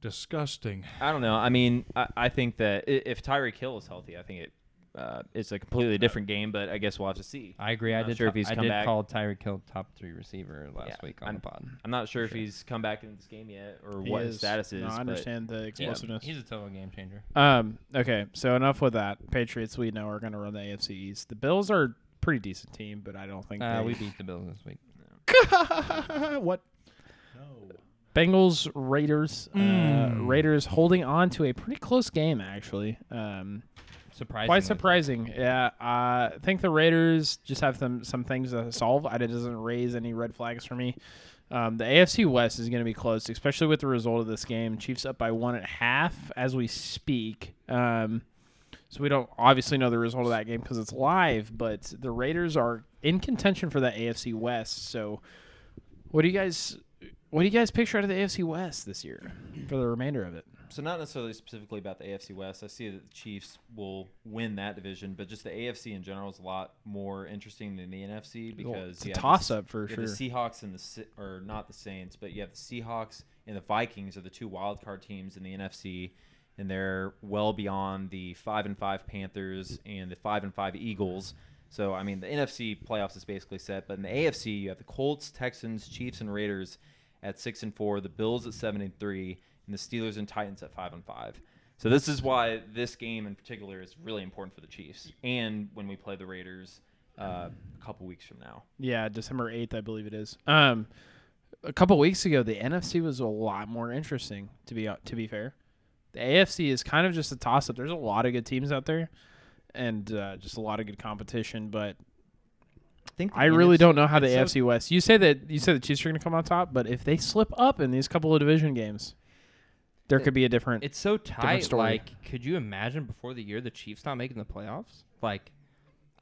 Disgusting.
I don't know. I mean, I, I think that i- if Tyreek Hill is healthy, I think it, uh, it's a completely different game. But I guess we'll have to see.
I agree.
I'm
I
not
did.
sure if
ta-
he's
I
come
did
back.
call Tyreek Hill top three receiver last
Yeah,
week on
I'm-
the pod.
I'm not sure if he's come back into this game yet or what his status is.
No, I
but-
understand the explosiveness.
He's a total game changer.
Um. Okay. So enough with that. Patriots, we know, are going to run the AFC East. The Bills are a pretty decent team, but I don't think
Uh,
(laughs)
(laughs)
they.
we beat the Bills this week.
what?
Bengals Raiders.
Hmm.
Uh, Raiders holding on to a pretty close game actually. Um,
Surprising.
quite surprising. Yeah, uh, I think the Raiders just have some some things to solve. I- It doesn't raise any red flags for me. Um, the AFC West is going to be close, especially with the result of this game. Chiefs up by one at half as we speak. Um, so we don't obviously know the result of that game because it's live, but the Raiders are in contention for that AFC West. So, what do you guys? What do you guys picture out of the AFC West this year for the remainder of it?
So not necessarily specifically about the AFC West. I see that the Chiefs will win that division, but just the AFC in general is a lot more interesting than the NFC because
it's a
you have the-
toss-up for
you have
sure.
The Seahawks and the Si- or not the Saints, but you have the Seahawks and the Vikings are the two wild card teams in the NFC, and they're well beyond the five and five Panthers and the five and five Eagles. So I mean, the NFC playoffs is basically set, but in the AFC you have the Colts, Texans, Chiefs, and Raiders at six and four, the Bills at seven and three, and the Steelers and Titans at five and five. So this is why this game in particular is really important for the Chiefs, and when we play the Raiders uh, a couple weeks from now.
Yeah, December 8th, I believe it is. Um, a couple weeks ago, the NFC was a lot more interesting. To be uh, to be fair, the AFC is kind of just a toss up. There's a lot of good teams out there, and uh, just a lot of good competition. But
I think
I really don't know how the
it's
AFC West. You say that you say the Chiefs are going to come on top, but if they slip up in these couple of division games, there could be a different.
It's so tight.
story.
Like, could you imagine before the year the Chiefs not making the playoffs? Like,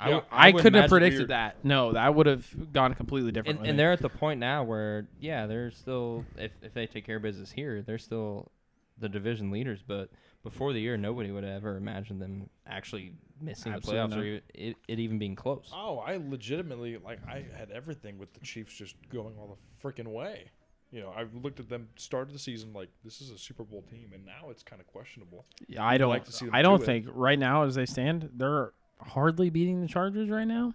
Yeah,
w-
I,
would
couldn't have
imagine we
predicted
were-
that. No, that would have gone completely different.
And, and they're at the point now where, yeah, they're still if, if they take care of business here, they're still the division leaders. But before the year, nobody would have ever imagined them actually missing
Absolutely
the playoffs
not.
or even, it, it even being close.
Oh, I legitimately like I had everything with the Chiefs just going all the freaking way. You know, I've looked at them start of the season like this is a Super Bowl team, and now it's kind of questionable.
Yeah, I don't.
like to see them
I don't
do it.
think right now, as they stand, they're hardly beating the Chargers right now,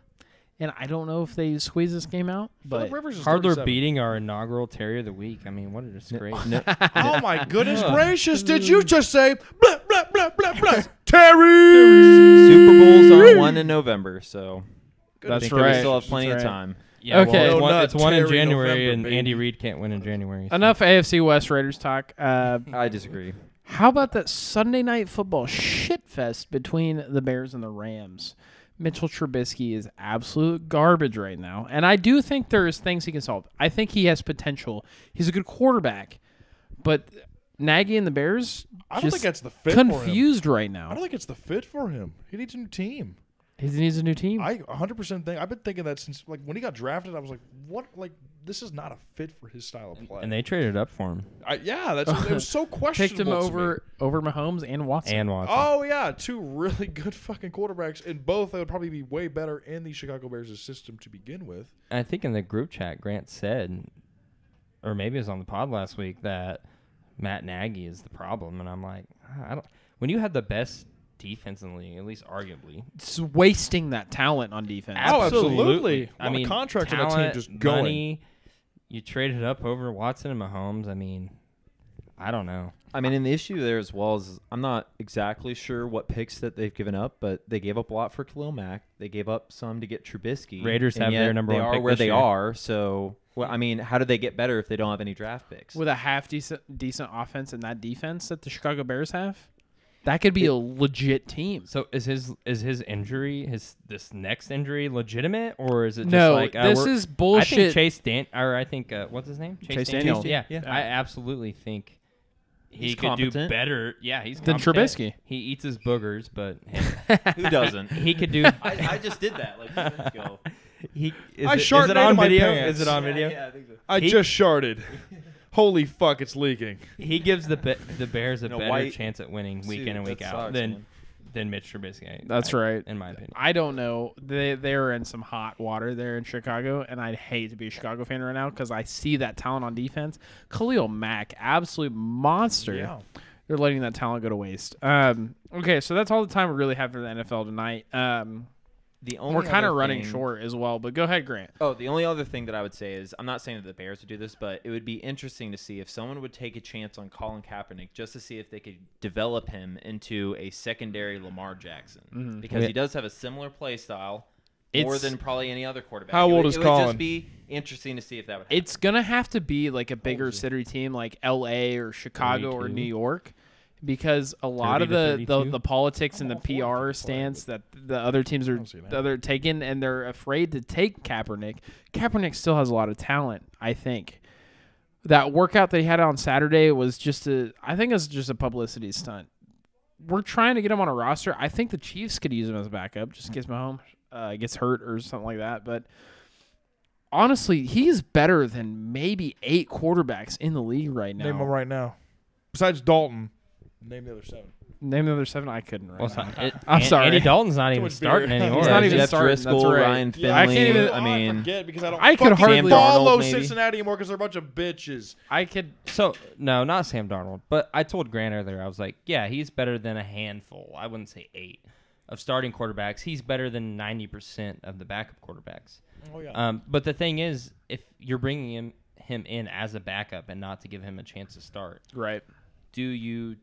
and I don't know if they squeeze this game out. But
Philip Rivers is
Hardler
37.
beating our inaugural Terry of the Week. I mean, what a disgrace.
(laughs) Oh my goodness gracious! Did you just say blah blah blah blah
(laughs)
blah? Terry.
Super Bowls are won in November, so I
that's
think that we
right.
still have plenty
That's
of
right.
time.
Yeah,
Okay.
well, it's one,
Donut
it's one in
Terry
January,
November,
and
baby.
Andy Reid can't win in January. so-
Enough AFC West Raiders talk. Uh, (laughs)
I disagree.
how about that Sunday night football shitfest between the Bears and the Rams? Mitchell Trubisky is absolute garbage right now, and I do think there is things he can solve. I think he has potential. He's a good quarterback, but Nagy and the Bears
I don't
just
think that's the fit for him.
confused right now.
I don't think it's the fit for him. He needs a new team.
He needs a new team.
I 100% think I've been thinking that since like when he got drafted. I was like, what? Like this is not a fit for his style of play.
And they traded up for him
I, yeah, (laughs) that's it was so questionable.
Picked him
to me.
over over Mahomes and Watson.
and Watson.
Oh yeah, two really (laughs) good fucking quarterbacks, and both they would probably be way better in the Chicago Bears' system to begin with.
I think in the group chat, Grant said, or maybe it was on the pod last week, that Matt Nagy is the problem. And I'm like, I don't. When you had the best defense in the league, at least arguably,
it's wasting that talent on defense.
Ab- Oh, absolutely. A
I
lot of
mean,
contracts on that
talent,
team just going.
money, You traded up over Watson and Mahomes. I mean, I don't know.
I mean, and the issue there as well is I'm not exactly sure what picks that they've given up, but they gave up a lot for Khalil Mack. They gave up some to get Trubisky.
Raiders
and
have their
yet
number
they
one
are
pick
where
this
they
year.
are. So, well, I mean, how do they get better if they don't have any draft picks?
With a half decent decent offense and that defense that the Chicago Bears have, that could be a legit team.
So is his is his injury his this next injury legitimate or is it just
No,
like uh,
this
we're-
is
I think
bullshit.
Chase Dan or I think uh, what's his name
Chase Daniel.
Yeah,
Yeah.
I absolutely think he
He's
could do
competent.
better. Yeah, he's
Than
competent.
Trubisky.
He eats his boogers, but
(laughs) Who doesn't?
he could
(laughs)
do.
I, I just did that like two minutes ago.
he is
I
it, is
sharted
it on
my
video?
pants.
Is it (laughs) on
Yeah,
video?
yeah, I think so.
I
He-
just sharded. Holy fuck, it's leaking.
He gives the be- the Bears a
No,
better
white-
chance at winning week
Dude,
in and
that
week out
sucks,
than
man.
than Mitch Trubisky. I-
That's
I-
right.
in my opinion.
I don't know. They they're in some hot water there in Chicago, and I'd hate to be a Chicago fan right now because I see that talent on defense. Khalil Mack, absolute monster.
Yeah.
They're letting that talent go to waste. Um, okay, so that's all the time we really have for the NFL tonight. Um,
The only
we're kind of
other
running
thing-
short as well, but go ahead, Grant.
Oh, the only other thing that I would say is I'm not saying that the Bears would do this, but it would be interesting to see if someone would take a chance on Colin Kaepernick just to see if they could develop him into a secondary Lamar Jackson because
Yeah.
he does have a similar play style. more
It's-
than probably any other quarterback.
How
It would-
old is
it Would
Colin?
just be interesting to see if that would. Happen.
It's gonna have to be like a bigger city team, like L.A. or Chicago or
32.
New York, because a lot
30
of
to
the, the
32?
the politics and the PR stance that the other teams are
see that.
the other taking, and they're afraid to take Kaepernick. Kaepernick still has a lot of talent, I think. That workout they had on Saturday was just a, I think it's just a publicity stunt. We're trying to get him on a roster. I think the Chiefs could use him as a backup, just in case Mahomes uh, gets hurt or something like that. But honestly, he's better than maybe eight quarterbacks in the league right now.
Name them right now. Besides Dalton, name the other seven.
Name the other seven. I couldn't. Right
Well, (laughs) it's
now.
not, it,
I'm
An-
sorry.
Andy Dalton's not even
much beer.
(laughs)
starting
He's
anymore.
It's not even
Jeff
starting, that's
Driscoll,
right.
Ryan Finley.
Yeah,
I can't even-
I
Oh,
mean,
forget because I don't.
I could
fucking
hardly- Sam
follow
Darnold, maybe.
Cincinnati anymore because they're a bunch of bitches.
I could.
So no, not Sam Darnold. But I told Grant earlier, I was like, yeah, he's better than a handful. I wouldn't say eight of starting quarterbacks. He's better than ninety percent of the backup quarterbacks.
Oh yeah.
Um, but the thing is, if you're bringing him him in as a backup and not to give him a chance to start,
Right.
do you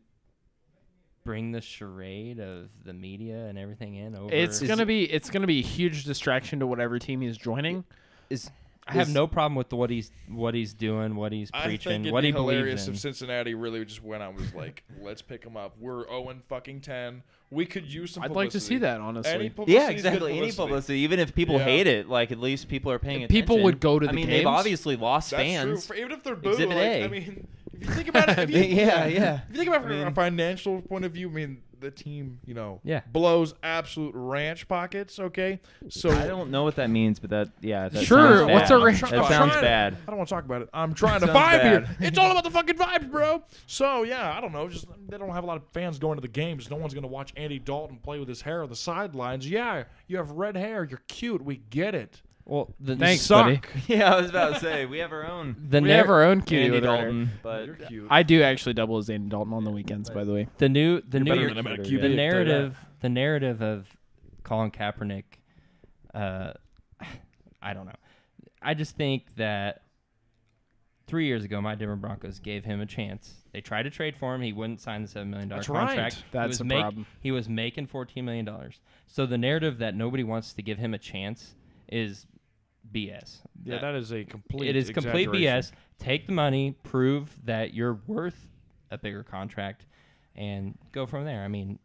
bring the charade of the media and everything in over?
It's
Is-
gonna be. It's gonna be a huge distraction to whatever team he's joining.
Is, I have
is-
no problem with what he's what he's doing, what he's
I think
preaching,
it'd
what
be
he
hilarious
believes
if
in.
Cincinnati really just went out and was like, (laughs) "Let's pick him up. We're 0 fucking 10. We could use some."
I'd like to see
publicity."
that honestly.
Any
yeah,
publicity is good
exactly. Any publicity, even if people
Yeah.
hate it, like at least people are paying attention.
People would go to
I
the
mean,
games.
they've obviously lost
That's true.
fans.
For, even if they're boo,
Exhibit
like,
A.
I mean, if you think about it,
(laughs)
if you,
Yeah, yeah.
If you think about it
I
from a
mean-
financial point of view, I mean, the team, you know,
Yeah.
blows absolute ranch pockets. Okay, so
I don't know what that means, but that yeah. That
Sure,
sounds
what's
bad.
a ranch
I'm
That
try- I'm
sounds
trying-
bad.
I don't want to talk about it. I'm trying to
Sounds
vibe
bad.
here. It's all about the fucking vibes, bro. So yeah, I don't know. Just they don't have a lot of fans going to the games. No one's gonna watch Andy Dalton play with his hair on the sidelines. Yeah, you have red hair. You're cute. We get it.
Well, the,
You
Thanks,
suck.
buddy.
(laughs) Yeah, I was about to say we have our
(laughs)
own
the
we
nar-
have our own cutie
Andy
with our-
Dalton, but
You're cute.
I do actually double as Andy Dalton on the weekends, by the way.
the new the
better
new
than him at a QB, I'll
the
tell you that.
narrative the narrative of Colin Kaepernick. Uh, (sighs) I don't know. I just think that three years ago, my Denver Broncos gave him a chance. They tried to trade for him. He wouldn't sign the seven million dollar
That's right.
contract. He
That's
was
a
make-
problem.
He was making fourteen million dollars. So the narrative that nobody wants to give him a chance is BS.
yeah, that is a complete.
It is complete
exaggeration.
BS. Take the money, prove that you're worth a bigger contract, and go from there. I mean,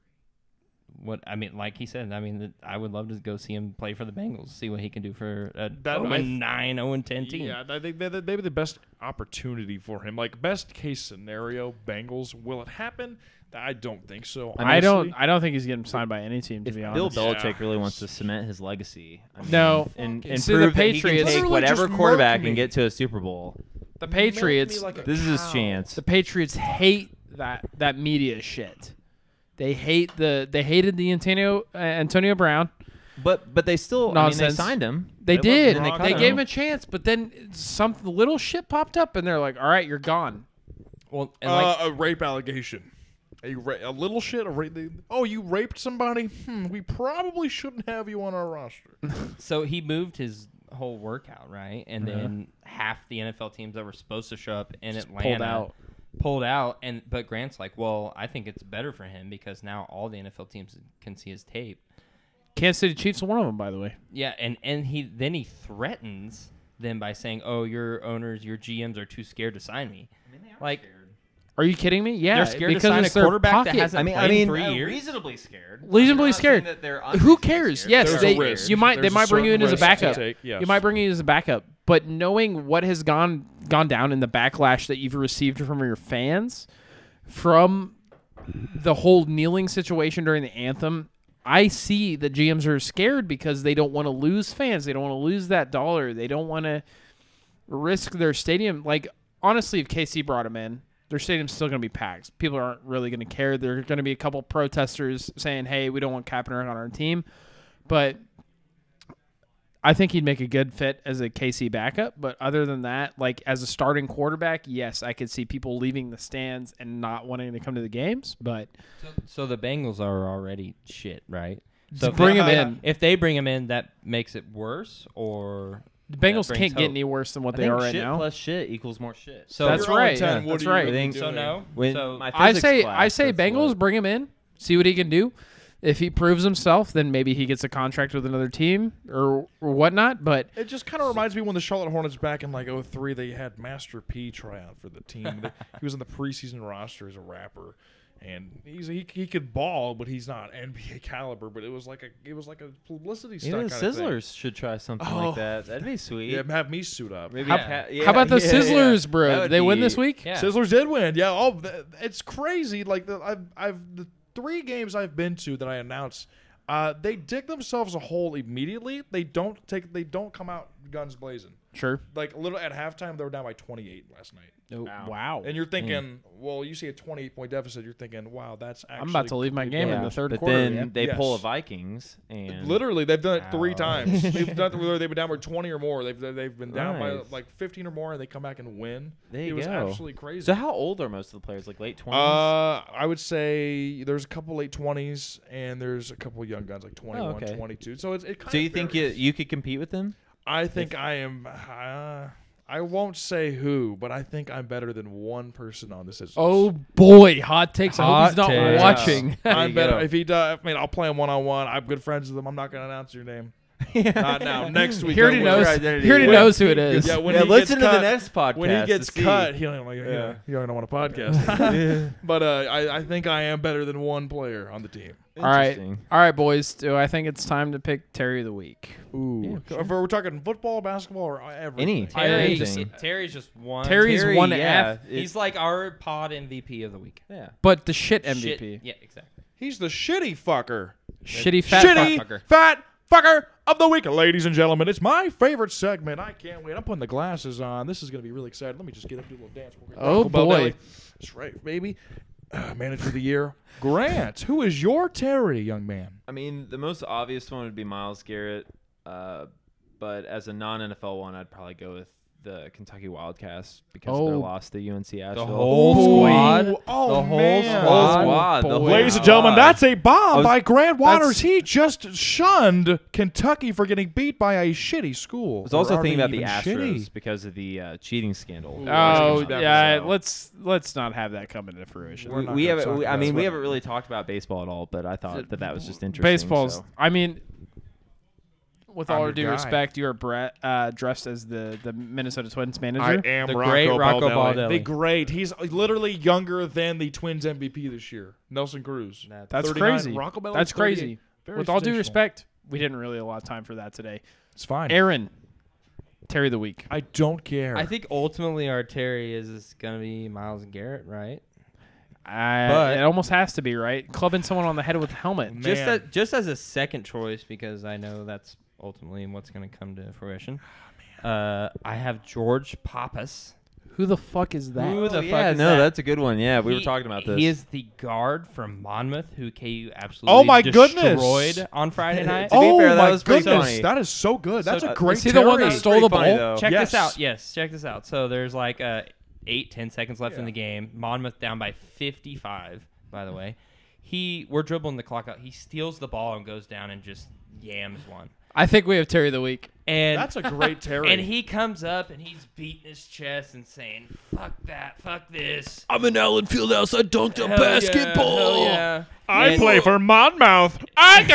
what I mean, like he said, I mean, th- I would love to go see him play for the Bengals, see what he can do for a oh
That- I-
9 0 10 team.
Yeah, I think they they they were the best opportunity for him. Like best case scenario, Bengals. Will it happen? I don't think so.
I don't.
honestly.
I don't think he's getting signed by any team, to
if
be
Bill
honest.
Belichick
Yeah.
really wants to cement his legacy, I mean,
No.
and,
Fucking-
and
See, the
prove that he can
Patriots-
take
Literally
whatever
just murk
quarterback
me.
and get to a Super Bowl.
the Patriots.
Milk me like a
This is his
cow.
chance.
the Patriots hate that that media shit. They hate the. They hated the Antonio uh, Antonio Brown.
But but they still I mean,
Nonsense.
they signed him.
They
loved him,
did.
and
They,
cut
gave him a chance, but then some little shit popped up, and they're like, "All right, you're gone."
Well, and like,
uh, a rape allegation. A, ra- a little shit. A ra- they- oh, you raped somebody. Hmm, we probably shouldn't have you on our roster.
so he moved his whole workout, right? And
Uh-huh.
then half the NFL teams that were supposed to show up in Atlanta
out.
pulled out and but Grant's like, "Well, I think it's better for him because now all the NFL teams can see his tape."
Kansas City Chiefs, one of them, by the way.
Yeah, and and he then he threatens them by saying, "Oh, your owners, your GMs are too scared to sign me." like
Are you kidding me? Yeah,
They're scared to
because
sign
it's
a
their
quarterback that
pocket.
hasn't
I mean, I
played in
mean,
three
uh,
years.
reasonably scared.
Reasonably
I'm not saying
scared.
that they're
Who
unreasonably
cares?
scared.
Yes,
There's
they,
a risk.
you might.
There's
they
a
might bring you in
certain
as a
risk to
backup.
take, yes.
You might bring you in as a backup, but knowing what has gone gone down in the backlash that you've received from your fans, from the whole kneeling situation during the anthem, I see that GMs are scared because they don't want to lose fans. They don't want to lose that dollar. They don't want to risk their stadium. Like honestly, if KC brought him in, their stadium's still going to be packed. People aren't really going to care. There are going to be a couple protesters saying, "Hey, we don't want Kaepernick on our team," but I think he'd make a good fit as a KC backup. But other than that, like as a starting quarterback, yes, I could see people leaving the stands and not wanting to come to the games. But
So, so the Bengals are already shit, right? So if
bring
they-
him in.
If they bring him in, that makes it worse, or
the Bengals
brings
can't get
hope.
any worse than what
I
they
think
are right
shit
now.
plus shit equals more shit.
so
That's
You're 0
right.
10, what
That's
are you
right.
really
so
doing?
no.
When
so
my
I
physics
say
class,
I say
that's
Bengals
what-
bring him in, see what he can do. If he proves himself, then maybe he gets a contract with another team or, or whatnot. But
It just kind of reminds me when the Charlotte Hornets back in like 03, they had Master P try out for the team. They- he was in the preseason roster as a rapper, and he's he, he could ball, but he's not NBA (laughs) caliber. But it was like a it was like a publicity stunt.
Even
kinda thing.
Sizzlers should try something
Oh.
like that. That'd be sweet.
Yeah, have me suit up.
Maybe
How-
ha-
how about the
yeah, yeah.
Sizzlers,
That
bro? Did
would
they win
be-
this week?
Yeah.
Sizzlers did win. Yeah. Oh, th- it's crazy. Like the, I've I've the three games I've been to that I announced, uh, they dig themselves a hole immediately. They don't take. They don't come out guns blazing.
Sure.
Like little at halftime, they were down by 28 last night.
Wow.
And
Mm.
you're thinking, well, you see a 28 point deficit, you're thinking, wow, that's actually.
I'm about to leave my game in the third
but
quarter.
then
yeah.
they pull a
Yes.
Vikings and
Literally, they've done it three
(laughs)
Ow.
times. They've done it where they've been down by 20 or more. They've they've been down by
Nice.
like 15 or more, and they come back and win.
There
it
you
was
go.
absolutely crazy.
So how old are most of the players? Like late twenties.
Uh, I would say there's a couple late twenties and there's a couple young guns like 21,
Oh, okay.
22. So it's it kind
so
of
you think you
varies.
you could compete with them?
I think I am. Uh, I won't say who, but I think I'm better than one person on this.
oh boy, hot takes. I hope he's not
Hot takes.
(laughs) watching.
I'm
you
better
go.
if he does. I mean, I'll play him one on one. I'm good friends with him. I'm not gonna announce your
(laughs)
name. Not now. Next week.
he already
when-
knows. He
identity.
already
uh, When-
knows who it is.
Yeah, when
Yeah,
he
listen
gets
to the
cut-
next podcast.
When he gets
to see.
cut, he like, yeah,
(laughs) Yeah.
you don't want a podcast. but uh, I, I think I am better than one player on the team.
All right,
Interesting.
all right, boys. Do I think it's time to pick Terry of the week?
Ooh. If we're talking football, basketball, or everything.
Any.
Terry,
Amazing.
Terry's just one.
Terry's
Terry,
one
yeah,
F,
it-
He's like our pod MVP of the week.
yeah.
but the shit
Shit.
MVP,
Yeah, exactly.
He's the shitty fucker.
shitty fat.
shitty
fuck fucker.
fat fucker of the week, ladies and gentlemen. It's my favorite segment. I can't wait. I'm putting the glasses on. This is gonna be really exciting. Let me just get up, do a little dance. We're gonna
Oh,
talk about
boy.
Nelly. that's right, baby. Uh, manager of the year, Grant. Who is your Terry, young man?
I mean, the most obvious one would be Miles Garrett, uh, but as a non NFL one, I'd probably go with the Kentucky Wildcats because of their
Oh.
loss to UNC Asheville.
whole squad.
Ooh, oh,
The whole
man.
The whole
squad.
squad, the
Boy.
whole
Ladies and
squad.
gentlemen, that's a bomb
I was-
by Grant Waters.
that's-
He just shunned Kentucky for getting beat by a shitty school.
I was also
Or
thinking about
aren't
the
even
Astros
shitty.
because of the uh, cheating scandal.
Oh
Ooh,
yeah,
So-
let's let's not have that come into fruition.
We're
we,
not
we
gonna
haven't.
talk
We, I
about
mean,
it.
we haven't really talked about baseball at all, but I thought that that was just interesting.
Baseball's.
so.
I mean, with
I'm
all
your
due
guy.
respect, you are Brett uh, dressed as the the Minnesota Twins manager.
I am
The
Rocco
great Rocco
Baldelli.
Baldelli.
The great. He's literally younger than the Twins MVP this year, Nelson Cruz.
That's
39.
crazy.
Rocco Baldelli's
That's
38.
crazy.
Very
with all due
sensational.
respect, we didn't really allow time for that today.
it's fine.
Aaron, Terry of the week.
I don't care.
I think ultimately our Terry is, is gonna be Miles Garrett, right?
I,
But-
it almost has to be right. Clubbing someone on the head with a helmet.
Man.
Just as, just as a second choice because I know that's ultimately what's gonna come to fruition.
Ah,
Uh, I have George Pappas.
Who the fuck is that?
Who the
Oh,
fuck
yeah,
is
no,
that?
that's a good one. Yeah, we were
He-
talking about this.
He is the guard from Monmouth who KU absolutely
Oh my
destroyed
goodness.
on
(laughs)
Friday night.
to
(laughs)
be
oh
fair, that
my
was pretty
goodness,
funny.
that is so good. That's
So-
a great.
Is he the one
Terry.
that
That was
stole the
pretty funny,
ball?
though.
Check
Yes.
this out. Yes, check this out. So there's like uh, eight, ten seconds left in
Yeah.
the game. Monmouth down by 55. By the way, he we're dribbling the clock out. He steals the ball and goes down and just yams one.
I think we have Terry of the week.
(laughs)
And
That's a great Terry.
and he comes up and he's beating his chest and saying, "Fuck that, fuck this."
I'm in Allen Fieldhouse. I dunked a
Hell yeah, hell (laughs) yeah. And-
for Monmouth. (laughs) I-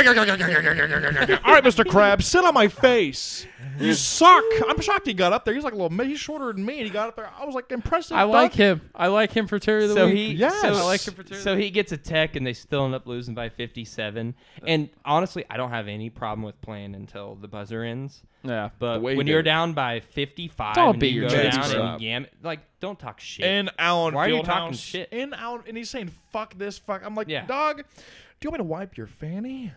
All right, Mr. Krabs, sit on my face. (laughs) You suck. I'm shocked he got up there. He's like a little. He's shorter than me, and he got up there. I was like impressive.
I like
dunk.
him. I like him for Terry of the
So
week.
he,
Yes.
so,
I like
him for two.
so he gets a tech, and they still end up losing by fifty-seven. And honestly, I don't have any problem with playing until the buzzer ends.
yeah.
But
The way he
when
did
you're
it.
down by fifty-five,
Don't
and
beat
you
your
go
chest
down
up.
and yam, like don't talk shit.
in Allen
Why are you
Fieldhouse.
talking shit?
In Allen, and he's saying "fuck this, fuck." I'm like,
Yeah.
dog, do you want me to wipe your fanny?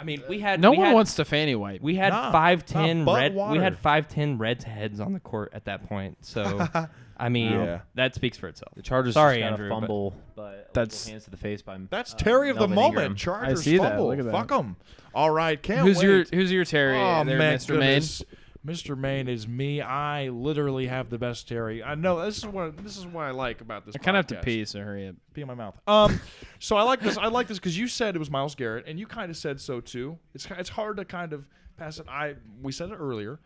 I mean, we had
No
we
one
had,
wants to fanny wipe.
We had
Nah,
five ten
not butt
red. We
water.
had five ten Reds heads on the court at that point.
(laughs)
So, I mean,
Yeah.
that speaks for itself.
the Chargers.
Sorry,
just got
Andrew,
a
but-
fumble, but,
That's-
hands to the face by.
That's
uh,
Terry of the
Melvin
moment.
Ingram.
Chargers
I see that.
fumble.
Look at that.
Fuck him. All right, can't
Who's
wait.
your Who's your Terry?
oh
there,
man,
Mr. Maine?
goodness. Mr. Maine is me. I literally have the best Terry. I know this is what this is what I like about this.
I kind of have to
podcast.
pee, so hurry up.
Pee in my mouth. Um, (laughs) so I like this. I like this because you said it was Miles Garrett, and you kind of said so too. It's ki- it's hard to kind of pass it. I we said it earlier.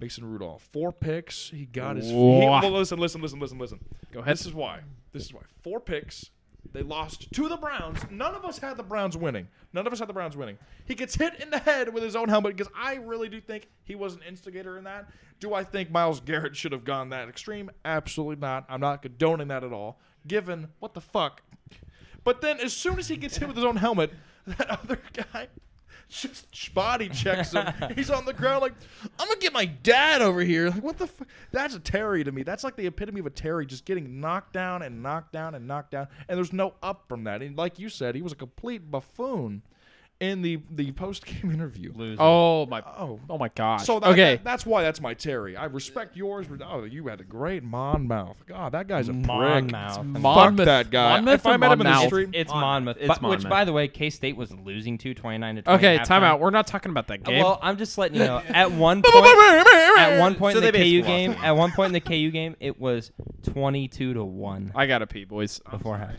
Mason Rudolph, four picks. He got his. He,
Whoa.
well, listen, listen, listen, listen, listen.
Go ahead.
This is why. This is why. Four picks. They lost to the Browns. None of us had the Browns winning. None of us had the Browns winning. He gets hit in the head with his own helmet because I really do think he was an instigator in that. Do I think Miles Garrett should have gone that extreme? Absolutely not. I'm not condoning that at all, given what the fuck. But then as soon as he gets hit with his own helmet, (laughs) that other guy just body checks
(laughs)
him. He's on the ground like, I'm gonna get my dad over here. Like, what the fuck? That's a Terry to me. That's like the epitome of a Terry, just getting knocked down and knocked down and knocked down, and there's no up from that. And like you said, he was a complete buffoon in the the post game (laughs) interview.
Lose.
Oh my!
Oh.
Oh my gosh!
So that,
okay,
that- that's why that's my Terry. I respect yours. But, oh, you had a great Monmouth. God, that guy's a prick.
Monmouth.
Fuck that guy.
Monmouth
if I
or
met him in the
Monmouth?
street,
It's
Mon-
Monmouth.
it's
But- Which,
Monmouth.
by the way, K State was losing to 29 to 20.
okay,
at
time
halftime.
out. We're not talking about that
Uh,
game.
Well, I'm just letting you know. At one point, at one point
So
in the
they
KU
basically
game,
lost.
at one point in the KU game, it was 22
(laughs)
to one
I gotta pee, boys.
before half.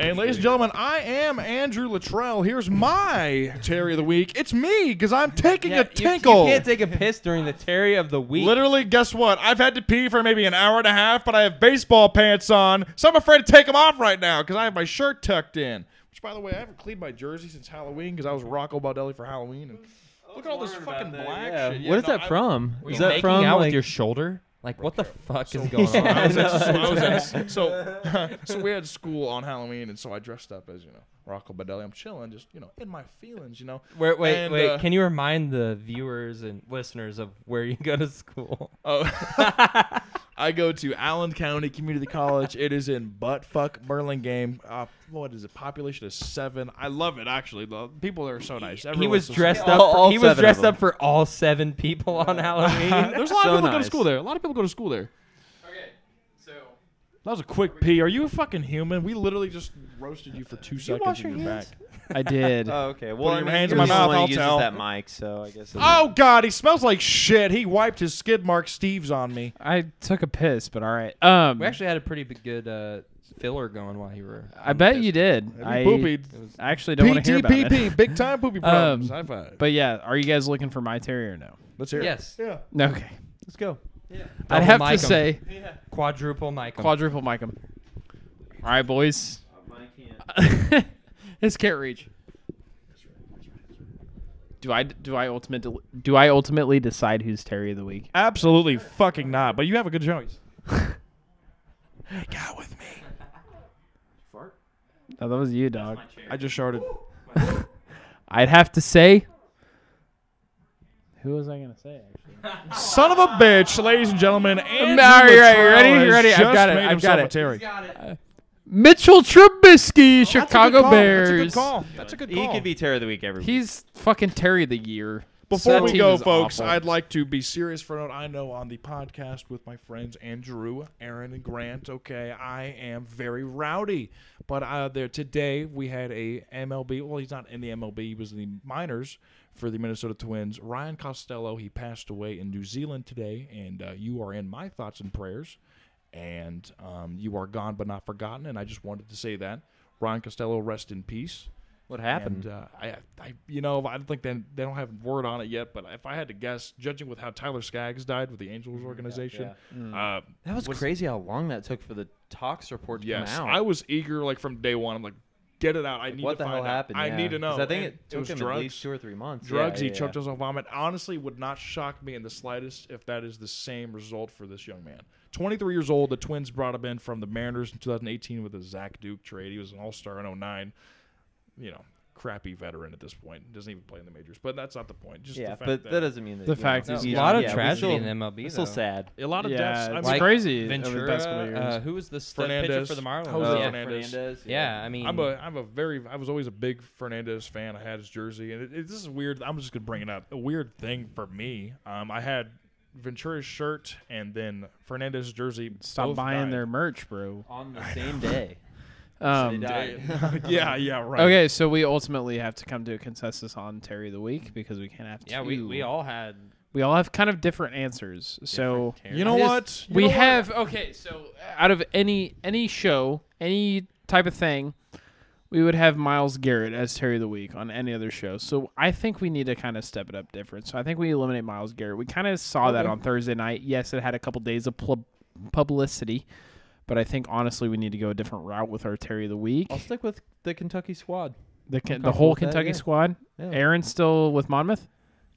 And ladies and gentlemen, I am Andrew Luttrell. Here's my Terry of the Week. It's me, because I'm taking a tinkle.
You, can't take a piss during the Terry of the week.
Literally, guess what? I've had to pee for maybe an hour and a half, but I have baseball pants on, so I'm afraid to take them off right now because I have my shirt tucked in. Which, by the way, I haven't cleaned my jersey since Halloween because I was Rocco Baldelli for Halloween. And look at all this fucking black shit. Yeah,
what is
no,
that
I-
from?
Were
Is
you
that
making
from
out
like
with your shoulder? Like what the fuck is going
So (laughs) I
on?
was at- so I was at- so- (laughs) so we had school on Halloween, and so I dressed up as you know Rocco Baldelli. I'm chilling, just you know, in my feelings, you know.
Wait, wait,
And,
wait.
uh,
Can you remind the viewers and listeners of where you go
(laughs)
to school?
Oh. I go to Allen County Community College. It is in buttfuck Burlingame. Uh, what is it? Population is seven. I love it actually. The people there are so nice.
he
Everyone's
was
so
dressed
sweet.
up.
All-
for-
all
he was
seven of
dressed
them.
up for all seven people on Halloween.
(laughs)
There's a lot
So
of people go to
nice.
school there. A lot of people go to school there.
okay, so
That was a quick pee. Are you a fucking human? We literally just roasted you for two seconds and you're back.
I
(laughs)
did.
Oh, okay.
Put
Well,
your
I mean,
hands in
you're
my
the
mouth,
one who
I'll
uses
tell.
that mic, so I guess. it
Oh god, he smells like shit. He wiped his skid mark Steve's on me.
I took a piss, but all right. Um,
we actually had a pretty big, good uh, filler going while you were.
I bet you did. I
Poopied.
I actually don't want to hear about it. (laughs) Um,
PTPP, big time poopy problems. High five.
But yeah, are you guys looking for my Terry or no?
Let's hear
Yes.
it. Yeah.
No, Okay.
Let's go.
I'd
Double
have
mic 'em.
to say
Quadruple Michael.
quadruple mic 'em. All right, boys. this can't reach. Do I do I ultimately do I ultimately decide who's Terry of the week?
Absolutely fucking not. But you have a good choice. Got with me.
No, that was you, dog.
I just sharded.
I'd have to say. Who was I gonna say? Actually?
Son of a bitch, ladies and gentlemen. Andrew
all right, you
Latrell
ready? You
has
ready? I've
just
got it.
made
I've
himself
got
a
it.
Terry.
Mitchell Trubisky, Chicago Bears.
That's a good call. Oh, That's a good call.
He could be Terror of the Week every week.
He's fucking Terry of the year.
Before
That
we
team
go,
is
folks,
awful.
I'd like to be serious for a note. I know on the podcast with my friends Andrew, Aaron, and Grant. Okay, I am very rowdy, but uh, there today we had a MLB. Well, he's not in the MLB. He was in the minors for the Minnesota Twins. Ryan Costello. He passed away in New Zealand today, and uh, you are in my thoughts and prayers. And um, you are gone but not forgotten. And I just wanted to say that Ryan Costello, rest in peace.
What happened?
And, uh, I, I, you know, I don't think they, they don't have word on it yet. But if I had to guess, judging with how Tyler Skaggs died with the
Mm,
Angels organization, uh,
That was, crazy how long that took for the tox report to
yes,
come out.
I was eager like from day one. I'm like, get it out. I need to
what the
find
hell
out.
happened?
I
yeah.
need to
'Cause
know.
I think
And
it took
was
him
drugs.
at least two or three months. Yeah,
drugs.
yeah,
he
yeah.
choked himself on vomit. Honestly, would not shock me in the slightest if that is the same result for this young man. 23 years old. The Twins brought him in from the Mariners in 2018 with a Zach Duke trade. He was an All Star in 09. You know. Crappy veteran at this point doesn't even play in the majors, but that's not the point. Just
Yeah,
the fact
but
that
that doesn't mean that.
The
you know,
fact
it's
is-
a
Yeah,
easy.
lot of
Yeah, we
tragedy
still-
in MLB
It's
though.
still sad.
A lot of
Yeah,
deaths. I
it's
mean,
Like crazy over the
Ventura,
past couple of years.
uh, who was the stud pitcher
Fernandez.
for the Marlins?
Jose
Uh,
yeah.
Fernandez.
Yeah, I mean,
I'm a I'm a very I was always a big Fernandez fan. I had his jersey, and it, it, this is weird. I'm just gonna bring it up. A weird thing for me. Um, I had Ventura's shirt and then Fernandez's jersey.
Stop
both
buying
died.
their merch, bro.
On the same
(laughs)
day,
Um,
(laughs)
yeah, yeah, right.
okay, so we ultimately have to come to a consensus on Terry of the week because we can't have
yeah,
two.
we, we all had.
we all have kind of different answers. So
You know
I
what?
just-
You
we
know what?
have okay. So out of any any show, any type of thing, we would have Miles Garrett as Terry of the Week on any other show. So I think we need to kind of step it up different. So I think we eliminate Miles Garrett. We kind of saw that on Thursday night. Yes, it had a couple days of pub- publicity, But I think honestly, we need to go a different route with our Terry of the week.
I'll stick with the Kentucky squad.
The Ken- the
comfortable
whole
with that,
Kentucky
yeah.
squad.
Yeah.
Aaron's still with Monmouth.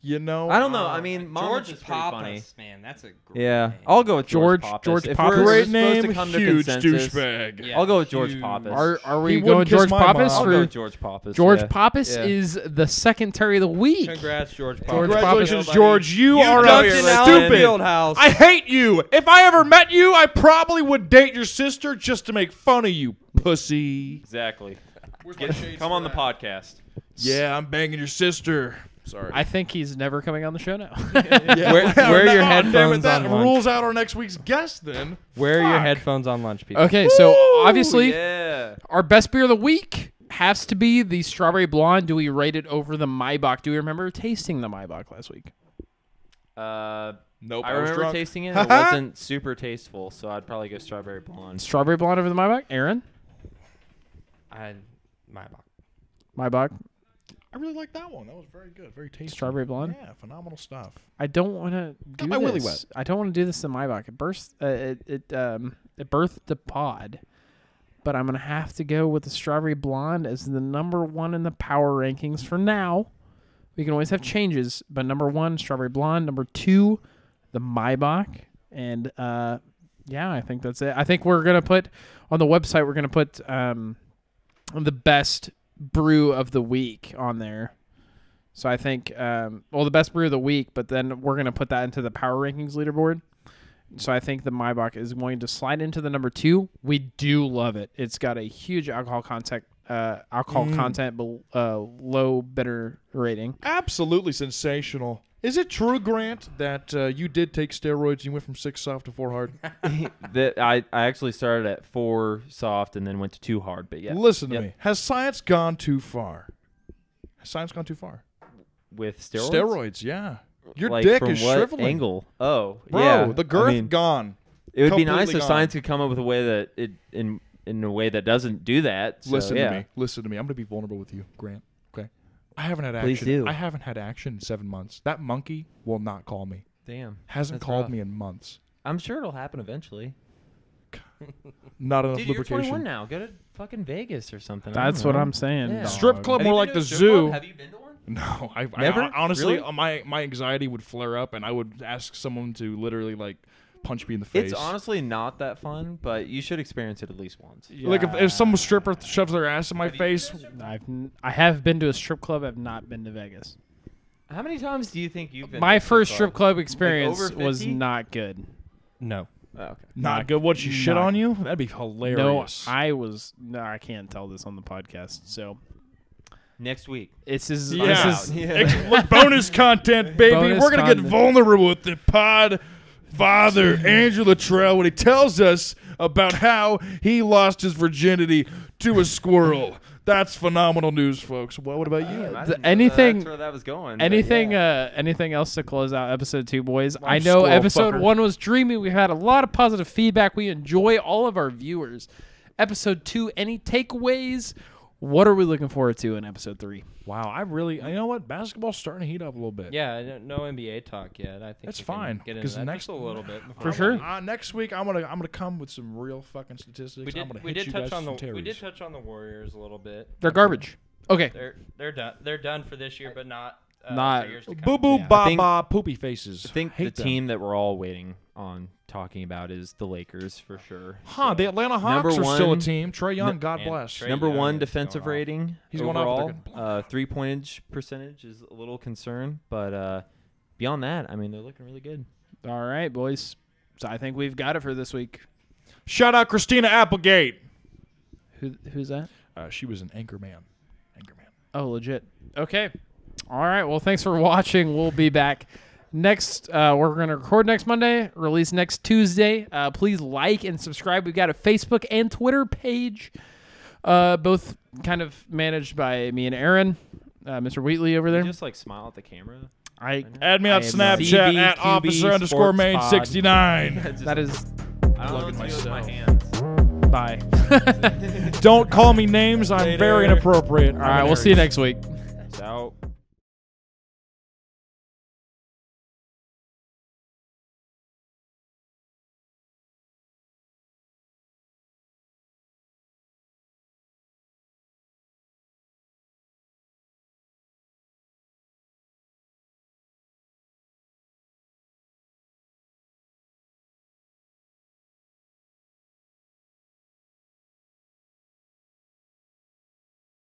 You know,
I don't know. I mean, Monmouth is
George
pretty funny.
Pappas, man, that's a great
Yeah,
name.
I'll go with George.
George-
Pappas.
George
If
Pappas.
we're
great
supposed
name,
to come to
huge
consensus,
douchebag.
Yeah,
I'll go with George
huge-
Pappas.
Are are we
He
going
wouldn't kiss
George
my
Pappas
mom.
I'll go
for
with George Pappas.
George
yeah.
Pappas
Yeah.
is the second Terry of the week.
Congrats, George.
George
Pappas.
Congratulations,
Nobody-
George. You,
You
are
dunked
a
in Allen
stupid.
Fieldhouse.
I hate you. If I ever met you, I probably would date your sister just to make fun of you, pussy.
Exactly.
Where's
Get- come on the podcast.
Yeah, I'm banging your sister. Sorry.
I think he's never coming on the show now. (laughs)
Yeah,
Wear-
well,
wear your
no, damn it,
headphones
That
on lunch.
rules out our next week's guest. Then
Wear your
Fuck.
headphones on lunch, people.
okay, so obviously
Yeah.
our best beer of the week has to be the Strawberry Blonde. Do we rate it over the Maybach? Do we remember tasting the Maybach last week?
Uh,
Nope.
I
I was
remember
drunk. (laughs)
tasting it. It wasn't super tasteful, so I'd probably go strawberry blonde.
Strawberry Blonde over the Maybach? Aaron,
I, my box.
Maybach,
I really like that one. That was very good. Very tasty.
Strawberry Blonde.
Yeah, phenomenal stuff.
I don't want to do
my willy
this. I don't want to do this to Maybach. It burst. Uh, it it um it birthed the pod, but I'm gonna have to go with the strawberry blonde as the number one in the power rankings for now. We can always have changes, but number one, strawberry blonde. Number two, the Maybach, and uh, yeah, I think that's it. I think we're gonna put on the website. We're gonna put um the best brew of the week on there. So I think, um, well, the best brew of the week, but then we're going to put that into the power rankings leaderboard. So I think the Maybach is going to slide into the number two. We do love it. It's got a huge alcohol content, uh, alcohol
Mm.
content, but uh, low bitter rating.
Absolutely sensational. Is it true, Grant, that uh, you did take steroids? and You went from six soft to four (laughs) hard.
that I, I actually started at four soft and then went to two hard, but yeah.
Listen to
Yep.
me. Has science gone too far? Has science gone too far?
With steroids.
Steroids, yeah. Your
Like,
dick
from
is
what
shriveling.
Angle. Oh,
Bro,
yeah.
the
I
girth
mean,
gone.
It would be nice
completely
if
gone.
science could come up with a way that it in in a way that doesn't do that. So,
Listen
yeah.
to me. Listen to me. I'm gonna be vulnerable with you, Grant. Okay. I haven't had action.
Please do.
I haven't had action in seven months. That monkey will not call me.
Damn.
Hasn't
That's
called
rough.
me in months.
I'm sure it'll happen eventually.
Not enough
Dude, you're 21
lubrication.
now. Go to fucking Vegas or something. I don't
That's what
know.
I'm saying.
Yeah.
Strip
dog.
club
Have
more
you
like
been
the
to a strip club?
zoo.
Have you been to one?
(laughs) No, I, I-
Never?
I honestly
Really?
uh, my my anxiety would flare up, and I would ask someone to literally like punch me in the face.
It's honestly not that fun, but you should experience it at least once.
Like if, if some stripper shoves their ass in my face,
I've n- I have been to a strip club. I've not been to Vegas.
How many times do you think you've been? to
My
a
first strip club experience
over
was
50?
not good.
No.
Oh, okay.
not good. What she shit
not-
on you? That'd be
No,
hilarious.
I was. No, I can't tell this on the podcast. So
Next week.
This is
Yeah.
this
(laughs)
is
Ex- look, bonus content, baby.
Bonus
We're gonna
content.
get vulnerable with the pod father Andrew Latrell when he tells us about how he lost his virginity to a squirrel. That's phenomenal news, folks. Well, what about you?
I
The-
didn't know
anything-
that's where that was going. but
anything
yeah.
uh anything else to close out episode two boys i know
squirrel
episode
fucker.
one was dreamy we had a lot of positive feedback we enjoy all of our viewers episode two any takeaways what are we looking forward to in episode three
Wow, I really. You know what? Basketball's starting to heat up a little bit.
Yeah, I don't- no NBA talk yet. I think
That's
we can
fine,
Get into
'cause
that
next-
just a little bit. before
For
I'm
we-
sure.
gonna- Uh, next week, I'm gonna I'm gonna come with some real fucking statistics.
We
I'm
did.
gonna
We
hit
did
you
touch
guys
on the.
with some
We did
Terrys.
touch on the Warriors a little bit.
they're garbage okay
They're they're done. They're done for this year, but not. Uh,
Not-
for years to come.
Boo boo
Yeah. I
ba
think-
ba poopy faces.
I think the
Hate them.
team that we're all waiting on talking about is the Lakers for sure.
Huh? The Atlanta Hawks
Number
are still a
one-
team. Trey Young, God
and
bless.
Trae-
Number
Young
one
is
defensive
going off.
rating.
He's going off with a
overall.
good
uh, three pointage percentage is a little concern, but uh, beyond that, I mean, they're looking really good.
all right boys so i think we've got it for this week
Shout out Christina Applegate.
Who, who's that
Uh, she was an anchor man. Anchor man.
Oh, legit. Okay. All right. Well, thanks for (laughs) watching. We'll be back next. Uh, we're going to record next Monday, release next Tuesday. Uh, please like and subscribe. We've got a Facebook and Twitter page, uh, both kind of managed by me and Aaron, uh, Mr. Wheatley over there.
Just like smile at the camera.
I.
Add me on
I am
Snapchat at
CBQB
officer underscore
Sports
main
Pod.
sixty nine.
That is.
I don't know what to do with my
myself.
hands.
Bye. (laughs) All
Don't call me names. I'm very inappropriate.
right. We'll see you next week.
It's out.